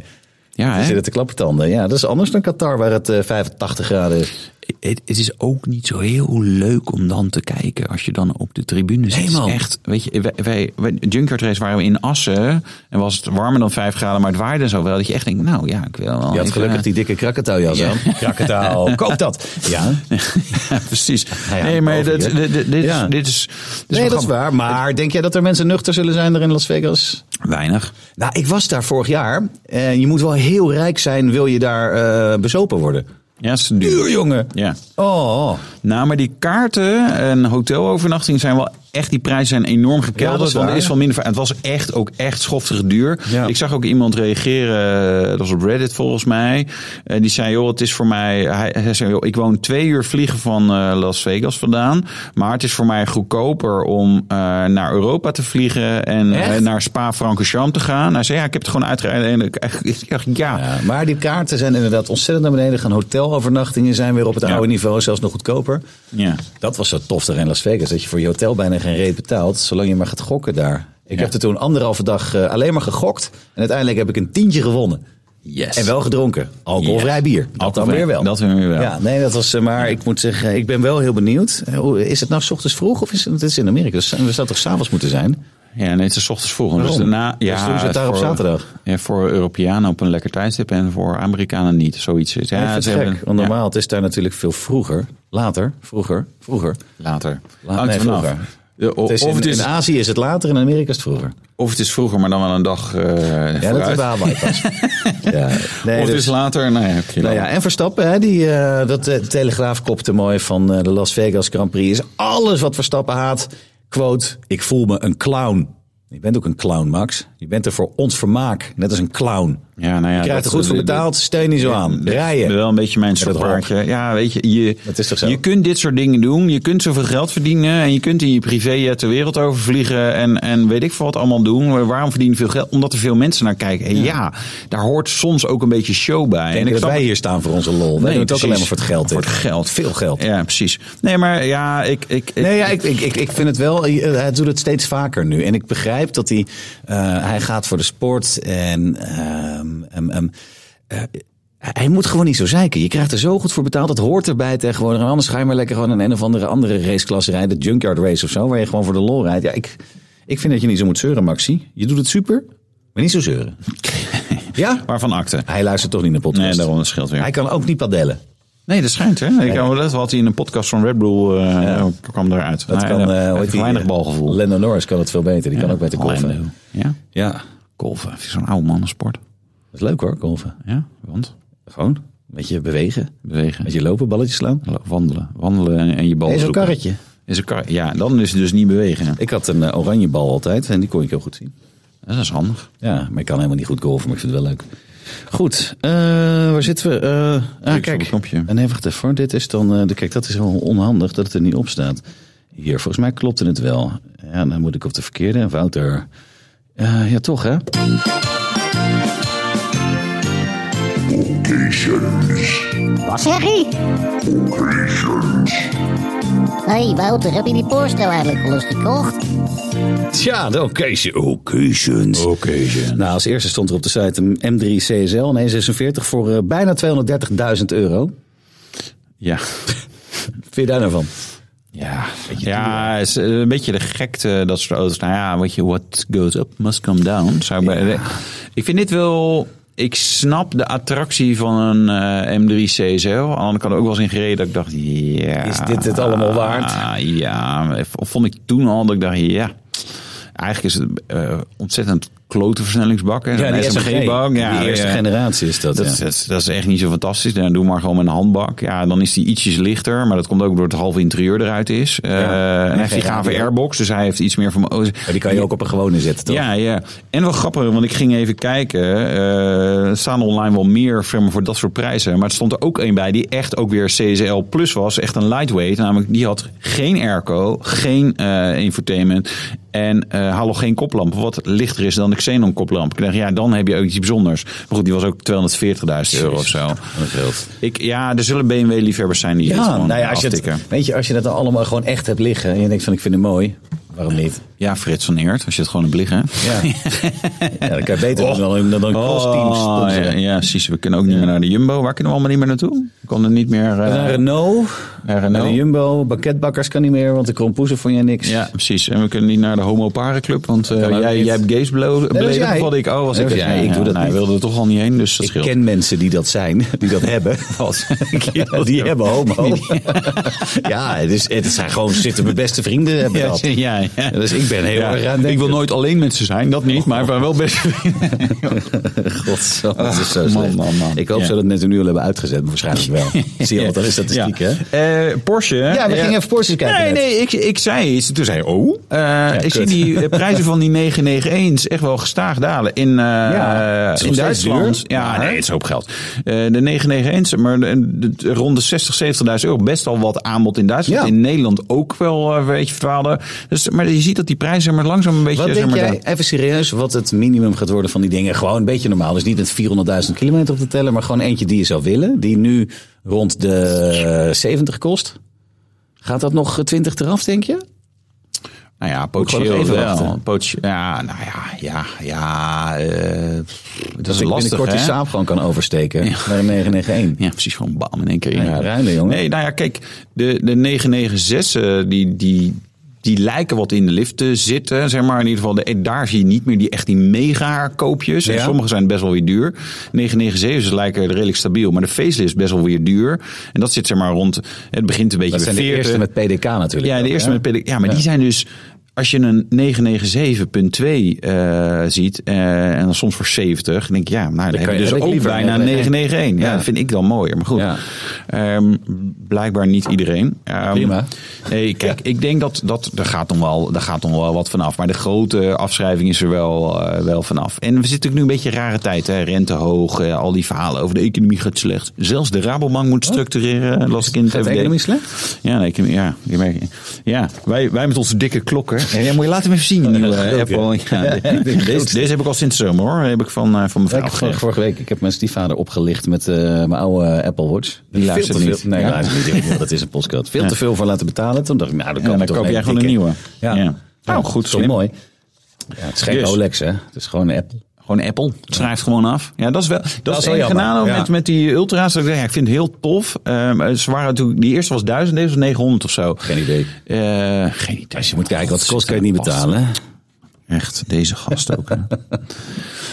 C: Ja,
B: Ze
C: hè?
B: zitten te klappertanden. Ja, dat is anders dan Qatar waar het eh, 85 graden
C: Oh,
B: is.
C: het, het is ook niet zo heel leuk om dan te kijken als je dan op de tribune zit.
B: Nee, man.
C: Het is echt, weet je, wij, wij, wij- Junkyard Race waren we in Assen en was het warmer dan 5 graden, maar het waarde zo wel dat je echt denkt, nou ja, ik wil wel.
B: Je had
C: even-
B: gelukkig die dikke krakatouwjas
C: Ja.
B: aan. Krakatouw, koop dat. Ja,
C: [LAUGHS] ja,
B: [LAUGHS]
C: precies.
B: Nou ja,
C: nee, maar
B: over
C: dat,
B: hier.
C: dit, dit, dit
B: Ja.
C: is, dit is, dit is wel
B: nee, dat is
C: grappig.
B: waar. Maar denk jij dat er mensen nuchter zullen zijn er in Las Vegas?
C: Weinig.
B: Nou, ik was daar vorig jaar. En je moet wel heel rijk zijn, wil je daar eh, bezopen worden.
C: Ja, het is duur.
B: Duur, jongen.
C: Ja.
B: Oh, oh.
C: Nou, maar die kaarten en hotelovernachting zijn wel echt, die prijzen zijn enorm
B: dat
C: gekelderd.
B: is
C: want er
B: waar.
C: is wel minder. vraag. Het was echt ook echt schoftig duur.
B: Ja.
C: Ik zag ook iemand reageren, eh, dat was op Reddit volgens mij. Eh, die zei, joh, het is voor mij... Hij, hij zei, joh, ik woon twee uur vliegen van eh, Las Vegas vandaan. Maar het is voor mij goedkoper om eh, naar Europa te vliegen... en eh,
B: Echt?
C: naar Spa-Francorchamps te gaan. Hij zei, ja, ik heb het gewoon uitgereikt. En ik, ik dacht, ja,
B: Ja, maar die kaarten zijn inderdaad ontzettend naar beneden. Gaan hotelovernachtingen zijn weer op het
C: Ja.
B: oude niveau, zelfs nog goedkoper.
C: ja.
B: Dat was zo tof daar in Las Vegas. Dat je voor je hotel bijna geen reet betaalt, zolang je maar gaat gokken daar. Ik
C: Ja.
B: heb er toen anderhalve dag eh, alleen maar gegokt. En uiteindelijk heb ik een tientje gewonnen.
C: Yes.
B: En wel gedronken. Alcoholvrij
C: Yes.
B: bier. Dat
C: Alcoholvrij.
B: dan weer wel.
C: Dat dan weer wel.
B: Ja, nee, dat was, eh, maar ik moet zeggen, ik ben wel heel benieuwd. Eh, hoe- Is het nou 's ochtends vroeg of is het, het is in Amerika? Dus we zouden toch s'avonds moeten zijn?
C: Ja, nee, het is 's ochtends vroeg. Dus
B: Waarom?
C: daarna, ja,
B: Dus doen ze het daar op zaterdag?
C: Ja, voor Europeanen op een lekker tijdstip en voor Amerikanen niet. Zoiets is. Ja,
B: Ja, dat
C: ze
B: is
C: hebben-
B: Ah, gek. Want normaal, het is daar natuurlijk veel vroeger. Later, vroeger, vroeger.
C: ja, later.
B: La-
C: Hangt
B: nee,
C: er vanaf.
B: vroeger.
C: Ja, o-
B: Het is
C: of,
B: in,
C: het is,
B: in Azië is het later, in Amerika is het vroeger.
C: of het is vroeger, maar dan wel een dag eh
B: Ja, dat is
C: vooruit.
B: bij Hawaii pas.
C: [LAUGHS]
B: ja, nee,
C: of het
B: dus-
C: is later. Nee, heb je
B: nou
C: wel.
B: ja, en Verstappen, hè, die, eh, dat eh, de Telegraaf kopte mooi van eh, de Las Vegas Grand Prix. Is alles wat Verstappen haat. Quote, ik voel me een clown. Je bent ook een clown, Max. Je bent er voor ons vermaak, net als een clown.
C: Ja, nou ja,
B: je krijgt er
C: dat-
B: goed voor
C: dat-
B: betaald, steun niet zo aan. Rijden.
C: Wel een beetje mijn
B: Met dat
C: soort praatje. Ja, weet je, je,
B: Dat is toch zo?
C: je kunt dit soort dingen doen. Je kunt zoveel geld verdienen. En je kunt in je privéjet de wereld overvliegen. En, en weet ik veel wat allemaal doen. Maar Waarom verdienen veel geld? Omdat er veel mensen naar kijken. En ja, daar hoort soms ook een beetje show bij. en
B: En dat wij hier staan voor onze lol. Wij doen het ook
C: precies.
B: alleen maar voor het geld.
C: Voor
B: dit.
C: het geld.
B: Veel geld.
C: Ja, precies. Nee, maar ja, ik... ik, ik
B: Nee, ja, ik, ik, ik, ik vind het wel. eh, Hij doet het steeds vaker nu. En ik begrijp dat hij. eh, hij gaat voor de sport. En. ehm, ehm, ehm, eh, hij moet gewoon niet zo zeiken. Je krijgt er zo goed voor betaald. Dat hoort erbij tegenwoordig. En anders ga je maar lekker gewoon een een of andere, andere raceklasse rijden. De Junkyard Race of zo. Waar je gewoon voor de lol rijdt. Ja, ik, ik vind dat je niet zo moet zeuren, Maxi. Je doet het super. Maar niet zo zeuren. ja?
C: Waarvan akte?
B: Hij luistert toch niet naar podcast.
C: Nee, daarom dat scheelt weer.
B: Hij kan ook niet padellen.
C: Nee, dat schijnt, hè? Ik had dat had hij in een podcast van Red Bull, eh, kwam eruit.
B: Dat
C: Nou,
B: kan.
C: hij-
B: eh,
C: hij
B: hoe
C: heeft
B: heet die?
C: weinig balgevoel.
B: Lando Norris kan het veel beter. Die kan ook beter golven.
C: Ja?
B: Ja.
C: Golven, vind ik zo'n oude mannensport.
B: Dat is leuk hoor, golven.
C: Ja, want
B: Gewoon een beetje bewegen.
C: bewegen.
B: Met je lopen, balletje slaan.
C: Lo- Wandelen. Wandelen en, en je bal
B: Is zo'n
C: zoeken.
B: karretje.
C: In zo'n kar- Ja, dan is het dus niet bewegen.
B: Ik had een eh, oranje bal altijd en die kon ik heel goed zien.
C: Dat is handig.
B: Ja, maar ik kan helemaal niet goed golven, maar ik vind het wel leuk. Goed, eh, waar zitten we? Eh, ah,
C: Kijk,
B: kijk.
C: zo'n knopje.
B: En even wacht voor. Dit is dan. eh, de, kijk, dat is wel onhandig dat het er niet op staat. Hier, volgens mij klopte het wel. Ja, dan moet ik op de verkeerde. Wouter. Eh, ja, toch hè?
E: Wat zeg je? Hé hey, Wouter, heb je die Porsche nou eigenlijk al eens gekocht?
B: Ja, de occasion. Occasions. Nou, als eerste stond er op de site een M3 CSL, een 146 voor eh, bijna 230.000 euro.
C: Ja.
B: Vind je daar nou van?
C: Ja, ja is eh, een beetje de gekte dat soort auto's. Nou ja, weet je, what goes up must come down. Zou ik bij- Ik vind dit wel... Ik snap de attractie van een eh, M3 CSL. Aan de andere kant ook wel eens in gereden dat ik dacht, ja...
B: Is dit het allemaal waard?
C: Ja, maar v- vond ik toen al dat ik dacht, ja... Eigenlijk is het eh, ontzettend klote versnellingsbak. Hè? Zo'n SMG-bak. Ja,
B: die eerste
C: ja.
B: generatie is dat.
C: Dat,
B: ja.
C: is- eh, dat, is- dat is echt niet zo fantastisch. Dan doe maar gewoon met een handbak. Ja, dan is die ietsjes lichter. Maar dat komt ook door het halve interieur eruit is. Eh, en hij heeft die
B: geen
C: gave
B: radio.
C: airbox. Dus hij heeft iets meer van... oh,
B: Maar die kan je ook op een gewone zetten, toch?
C: ja, ja. En wel grappig, want ik ging even kijken. eh, er staan online wel meer firmen voor dat soort prijzen. Maar er stond er ook één bij die echt ook weer CSL Plus was. Echt een lightweight. Namelijk, die had geen airco, geen eh infotainment. En eh halogeen koplamp. Wat lichter is dan de Xenon koplamp. Ik dacht, ja, dan heb je ook iets bijzonders. Maar goed, die was ook 240.000 euro of zo. Ik, ja, er zullen BMW-liefhebbers zijn die dit
B: Ja,
C: gewoon
B: nou ja, als je,
C: aftikken.
B: het, weet je, als je dat dan allemaal gewoon echt hebt liggen en je denkt van ik vind het mooi, waarom niet?
C: Ja, Frits van Eert, als je het gewoon hebt liggen.
B: Ja, [LAUGHS] ja dan kan je beter doen dan, dan een crossteam
C: Oh,
B: sponsoren.
C: ja, ja, precies. We kunnen ook niet meer naar de Jumbo. Waar kunnen we allemaal niet meer naartoe? We konden niet meer... eh,
B: Naar Renault,
C: naar Renault.
B: naar de Jumbo, bakketbakkers kan niet meer, want de krompoezen vond je niks.
C: ja, precies. En we kunnen niet naar de Homo Parenclub, want eh,
B: kan ook
C: jij,
B: niet.
C: jij hebt gays belo- beledigd.
B: jij.
C: of had ik, oh, was
B: Nee,
C: ik
B: dat was jij. Ik doe dat
C: nou,
B: niet.
C: Hij wilde er toch al niet heen, dus dat
B: Ik
C: scheelt.
B: ken mensen die dat zijn, [LAUGHS] die dat hebben. [LAUGHS]
C: [LAUGHS]
B: die hebben homo. [LAUGHS] ja, het, is, het zijn gewoon zitten mijn beste vrienden hebben
C: Ja,
B: dat.
C: [LAUGHS] ja, ja.
B: Dus ik ben heel
C: Ja,
B: erg aan
C: ik wil nooit alleen mensen zijn, dat niet, maar ik ben wel best
B: God, dat is zo
C: man,
B: slecht.
C: Ah, man, man.
B: Ik hoop
C: Ja.
B: zo dat mensen nu al hebben uitgezet, maar waarschijnlijk wel.
C: [LAUGHS]
B: Zie je altijd de statistiek, hè?
C: Eh, Porsche.
B: Ja, we
C: eh,
B: gingen even Porsche kijken.
C: Nee,
B: net.
C: nee, ik, ik zei iets. Toen zei je, oh. eh, ik zie
B: kut.
C: die
B: [LAUGHS]
C: eh, prijzen van die 991's echt wel gestaag dalen in, eh,
B: Ja, het is
C: in
B: nog steeds
C: Duitsland.
B: duur,
C: ja,
B: maar-
C: nee, het is een hoop geld. Eh, de 991's, maar de- de- de- rond de 60, 70.000 euro. Best al wat aanbod in Duitsland.
B: Ja.
C: In Nederland ook wel eh, een beetje verdwaalde. Dus, maar je ziet dat die prijzen maar langzaam een beetje...
B: Wat
C: zeg
B: denk
C: maar,
B: jij, even serieus, wat het minimum gaat worden van die dingen? Gewoon een beetje normaal. Dus niet met 400.000 kilometer op de teller, maar gewoon eentje die je zou willen. Die nu rond de eh, 70 kost. Gaat dat nog eh, 20 eraf, denk je?
C: Nou ja,
B: Moet
C: potentieel
B: ik gewoon nog even
C: wel.
B: wachten.
C: Potentieel- ja, nou ja, ja, ja. eh, dat
B: Dat
C: is
B: ik
C: lastig,
B: binnenkort die
C: hè?
B: Saab gewoon kan oversteken naar een 991.
C: Ja, precies. Gewoon bam in één keer inrijden.
B: ruilen, jongen.
C: Nee, nou ja, kijk. De, de 996, eh, die, die, die lijken wat in de lift te zitten. Zeg maar in ieder geval, de, eh, daar zie je niet meer die echt die mega koopjes. En
B: Ja.
C: sommige zijn best wel weer duur. 997 lijken redelijk stabiel. Maar de facelift is best wel weer duur. En dat zit zeg maar rond... Het begint een beetje
B: Dat
C: bij
B: zijn de
C: 40.
B: eerste met PDK natuurlijk.
C: Ja,
B: ook,
C: de eerste
B: hè?
C: met PDK. Ja, maar die zijn dus. Als je een 997.2 eh, ziet, eh, en dan soms voor 70, dan denk je, ja, nou, dan
B: kan
C: heb je
B: je-
C: dus
B: heb ik
C: ook
B: liever
C: bijna een 991. Ja,
B: Ja.
C: dat vind ik dan mooier. Maar goed,
B: Ja.
C: ehm, blijkbaar niet iedereen. Ehm,
B: Prima.
C: Nee, kijk, ik denk dat, dat er, gaat nog wel, er gaat nog wel wat vanaf. Maar de grote afschrijving is er wel, eh, wel vanaf. En we zitten natuurlijk nu een beetje een rare tijd. Hè? Rente hoog, eh, al die verhalen over de economie gaat slecht. Zelfs de Rabobank moet structureren, las ik in het
B: Oh. Gaat de
C: FD.
B: economie slecht?
C: Ja, nee, ik, ja, je merkt- ja wij, wij met onze dikke klokken. En ja, moet je laten hem even zien, die nieuwe eh, Apple. Ja, de- deze, deze heb ik al sinds de zomer, hoor. Heb ik van, eh, van mijn
B: Ja, ik
C: vrouw
B: heb vorige,
C: gekregen.
B: vorige week, ik heb mijn stiefvader opgelicht met eh, mijn oude Apple Watch.
C: Die luistert
B: Veel te
C: niet.
B: veel- nee,
C: Ja.
B: die luistert niet. Ik dacht, Dat is een podcast. Veel te veel voor laten betalen. Toen dacht ik, nou, dan kan
C: Ja,
B: ik
C: dan
B: toch
C: koop jij gewoon een
B: dikke.
C: nieuwe.
B: Ja.
C: Ja.
B: ja.
C: Nou, goed,
B: dat is wel
C: slim.
B: mooi. Ja, het is geen
C: Dus.
B: Rolex, hè. Het is gewoon een Apple.
C: Gewoon Apple. Het Schrijft gewoon af. Ja, dat is wel. Dat, is
B: wel
C: één
B: jammer.
C: genade
B: Ja.
C: met, met die ultra's. Dat ik, denk, ja, ik vind het heel tof. Ehm, ze waren natuurlijk, die eerste was 1000, deze was 900 of zo.
B: Geen idee.
C: Eh, geen idee.
B: Als je moet kijken wat het kost, kan je het niet betalen. hè.
C: Echt, deze gast ook. hè.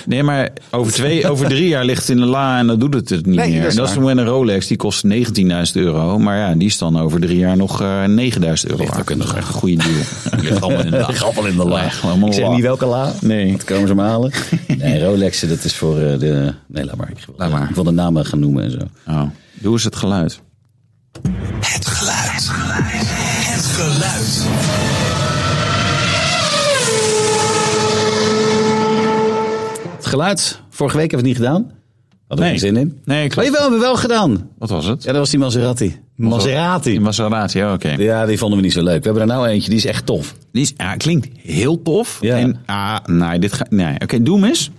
C: nee, maar over, twee, over drie jaar ligt het in de la en dan doet het het niet
B: Nee, dat
C: meer. Dat
B: is
C: is, dat een Rolex, die kost 19.000 euro. Maar ja, die is dan over drie jaar nog eh 9.000 euro.
B: ook
C: waard.
B: in de
C: Dat is echt een goede
B: [LAUGHS]
C: deal. Ligt allemaal in de la.
B: Ligt allemaal in de la.
C: Ligt allemaal
B: Ik zeg
C: la.
B: niet welke la.
C: Nee.
B: Dat komen ze maar halen. [LAUGHS] Nee, Rolexen, dat is voor eh, de... Nee, laat maar. Ik wil,
C: Laat maar.
B: ik wil de namen gaan noemen en zo.
C: Oh, doe eens het geluid.
D: Het geluid. Het geluid.
B: Het geluid. Vorige week hebben we het niet gedaan. Hadden we
C: Nee.
B: er zin in.
C: Nee, klopt.
B: Maar jawel, hebben we wel gedaan.
C: Wat was het?
B: Ja, dat was die Maserati.
C: In
B: Maserati.
C: Maserati, oh, oké.
B: Ja, die vonden we niet zo leuk. We hebben er nou eentje, die is echt tof.
C: Die is, ja, klinkt heel tof.
B: Ja.
C: En, ah, nee, dit gaat... Nee, oké, doe hem eens.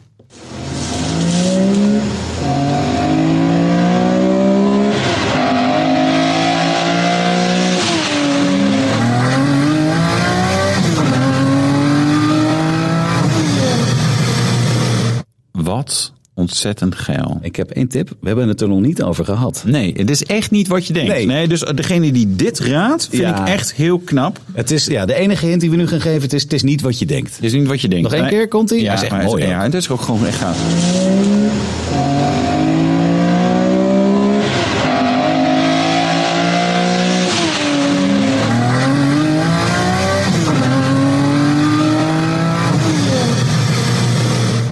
C: Wat ontzettend geil.
B: Ik heb één tip. We hebben het er nog niet over gehad.
C: Nee, het is echt niet wat je denkt. Nee,
B: Nee.
C: dus degene die dit raadt, vind
B: Ja.
C: ik echt heel knap.
B: Het is, ja, de enige hint die we nu gaan geven, het is, het is niet wat je denkt.
C: Het is niet wat je denkt.
B: Nog één
C: Nee.
B: keer komt hij?
C: Ja,
B: Hij is echt
C: maar
B: mooi,
C: Ja,
B: ook.
C: het is ook gewoon echt gaaf.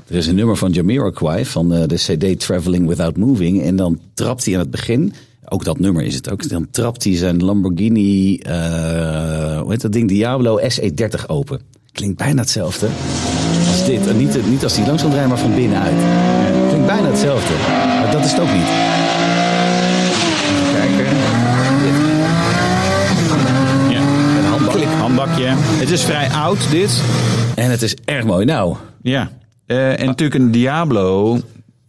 B: Er is een nummer van Jamiroquai van eh, de CD Traveling Without Moving. En dan trapt hij aan het begin, ook dat nummer is het ook, dan trapt hij zijn Lamborghini, eh, hoe heet dat ding, Diablo SE30 open. Klinkt bijna hetzelfde als dit. En niet, niet als die langs gaat rijden, maar van binnenuit. Klinkt bijna hetzelfde. Maar dat is het ook niet. Even kijken. Dit.
C: Ja.
B: Een handbak.
C: Klik, handbakje. Het is vrij oud, dit.
B: En het is erg mooi. Nou,
C: Ja. Eh, en natuurlijk een Diablo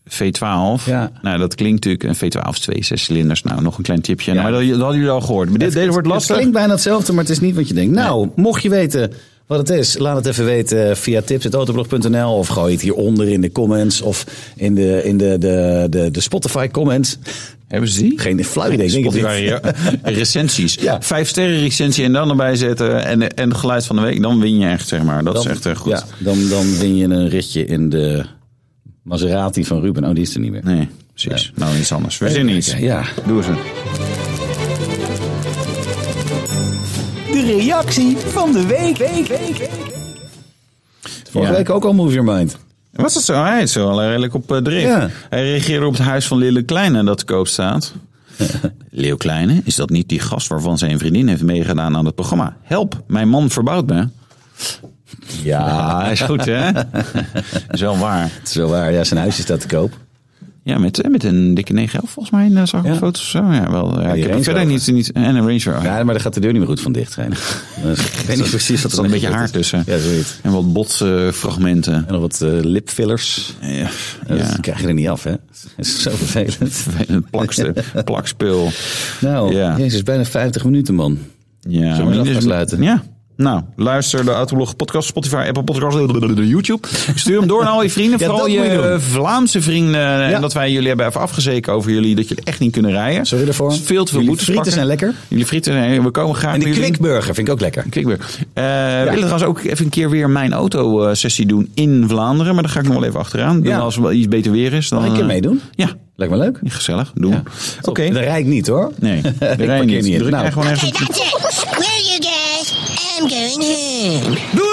C: V12.
B: Ja.
C: Nou, dat klinkt natuurlijk een V12, twee, zes cilinders. Nou, nog een klein tipje. Maar dat, dat hadden jullie al gehoord. Maar dit, deze wordt
B: Het
C: lastig.
B: klinkt bijna hetzelfde, maar het is niet wat je denkt. Nou, mocht je weten wat het is, laat het even weten eh, via tips.autoblog.nl of gooi het hieronder in de comments of in de, in de, de, de, de Spotify comments.
C: Hebben ze die?
B: Geen flauw idee, denk ik
C: Spotify,
B: niet.
C: ja.
B: [LAUGHS]
C: recensies.
B: Ja.
C: Vijf sterren recensie en dan erbij zetten. En, en het geluid van de week. Dan win je echt, zeg maar. Dat is echt eh, goed.
B: Ja, dan, dan win je een ritje in de Maserati van Ruben. Oh, die is er niet meer.
C: Nee, precies. Nou, iets anders. We zien iets.
B: Ja.
C: Doe ze.
B: De reactie van de week. week, week, Vorige
C: Ja.
B: week ook al Move Your Mind.
C: Was dat zo? Hij is wel redelijk op eh, drift.
B: Ja. [LAUGHS]
C: Hij reageerde op het huis van Lille Kleine dat te koop staat. Leeuw Kleine, is dat niet die gast waarvan zijn vriendin heeft meegedaan aan het programma? Help, mijn man verbouwt me. Ja, is goed
B: [LAUGHS]
C: hè? is wel waar.
B: Het is wel waar, ja, zijn huisje staat te koop.
C: Ja, met, met een dikke 9 volgens mij eh, zag ik op foto's of zo. Ja, wel,
B: die
C: ja, ik heb
B: Range
C: er verder
B: Rover.
C: niet, niet... eh, En een Range Rover.
B: Ja, maar daar gaat de deur niet meer goed van dicht zijn.
C: [LAUGHS]
B: Ik weet niet precies
C: Er zat een beetje haar tussen.
B: Ja, zoiets.
C: En wat botsfragmenten.
B: [LAUGHS] En nog wat eh, lipfillers.
C: Ja,
B: Dat
C: ja.
B: krijg je er niet af, hè? Dat is zo
C: [LAUGHS]
B: vervelend.
C: Vervelend plakste, plakspul.
B: Nou,
C: Ja.
B: jezus, bijna 50 minuten, man.
C: Ja,
B: we
C: maar
B: hem
C: dit is-
B: afsluiten?
C: Ja. Nou, luister de Autoblog podcast, Spotify, Apple Podcast, YouTube. Stuur hem door naar al je
B: [LAUGHS]
C: vrienden,
B: Ja,
C: vooral
B: dat moet je
C: je
B: doen.
C: Vlaamse vrienden.
B: Ja.
C: En dat wij jullie hebben even afgezeken over jullie dat jullie echt niet kunnen rijden.
B: Sorry daarvoor.
C: Dat is Veel te veel
B: Jullie
C: boetes
B: frieten zijn
C: pakken.
B: lekker.
C: Jullie frieten, nee, we komen graag
B: En die
C: bij jullie.
B: kwikburger vind ik ook lekker.
C: Klikbeer. Eh We willen trouwens ook even een keer weer mijn auto-sessie doen in Vlaanderen. Maar daar ga ik nog wel even achteraan. Dan
B: Ja.
C: Als er wel iets beter weer is. Dan,
B: Mag ik een keer
C: eh,
B: meedoen?
C: Ja,
B: Lijkt me leuk.
C: gezellig. Doen.
B: Ja.
C: Oké.
B: Top. Dat rijd ik niet, hoor.
C: Nee,
B: [LAUGHS]
C: de
B: Ik
C: rij
B: parkeer
C: niet.
B: niet in.
C: Druk
B: Nou.
E: eh,
C: echt gewoon ergens
E: Okay,
C: op-
E: that's it. Where are you guys? I'm going home.
C: Doei!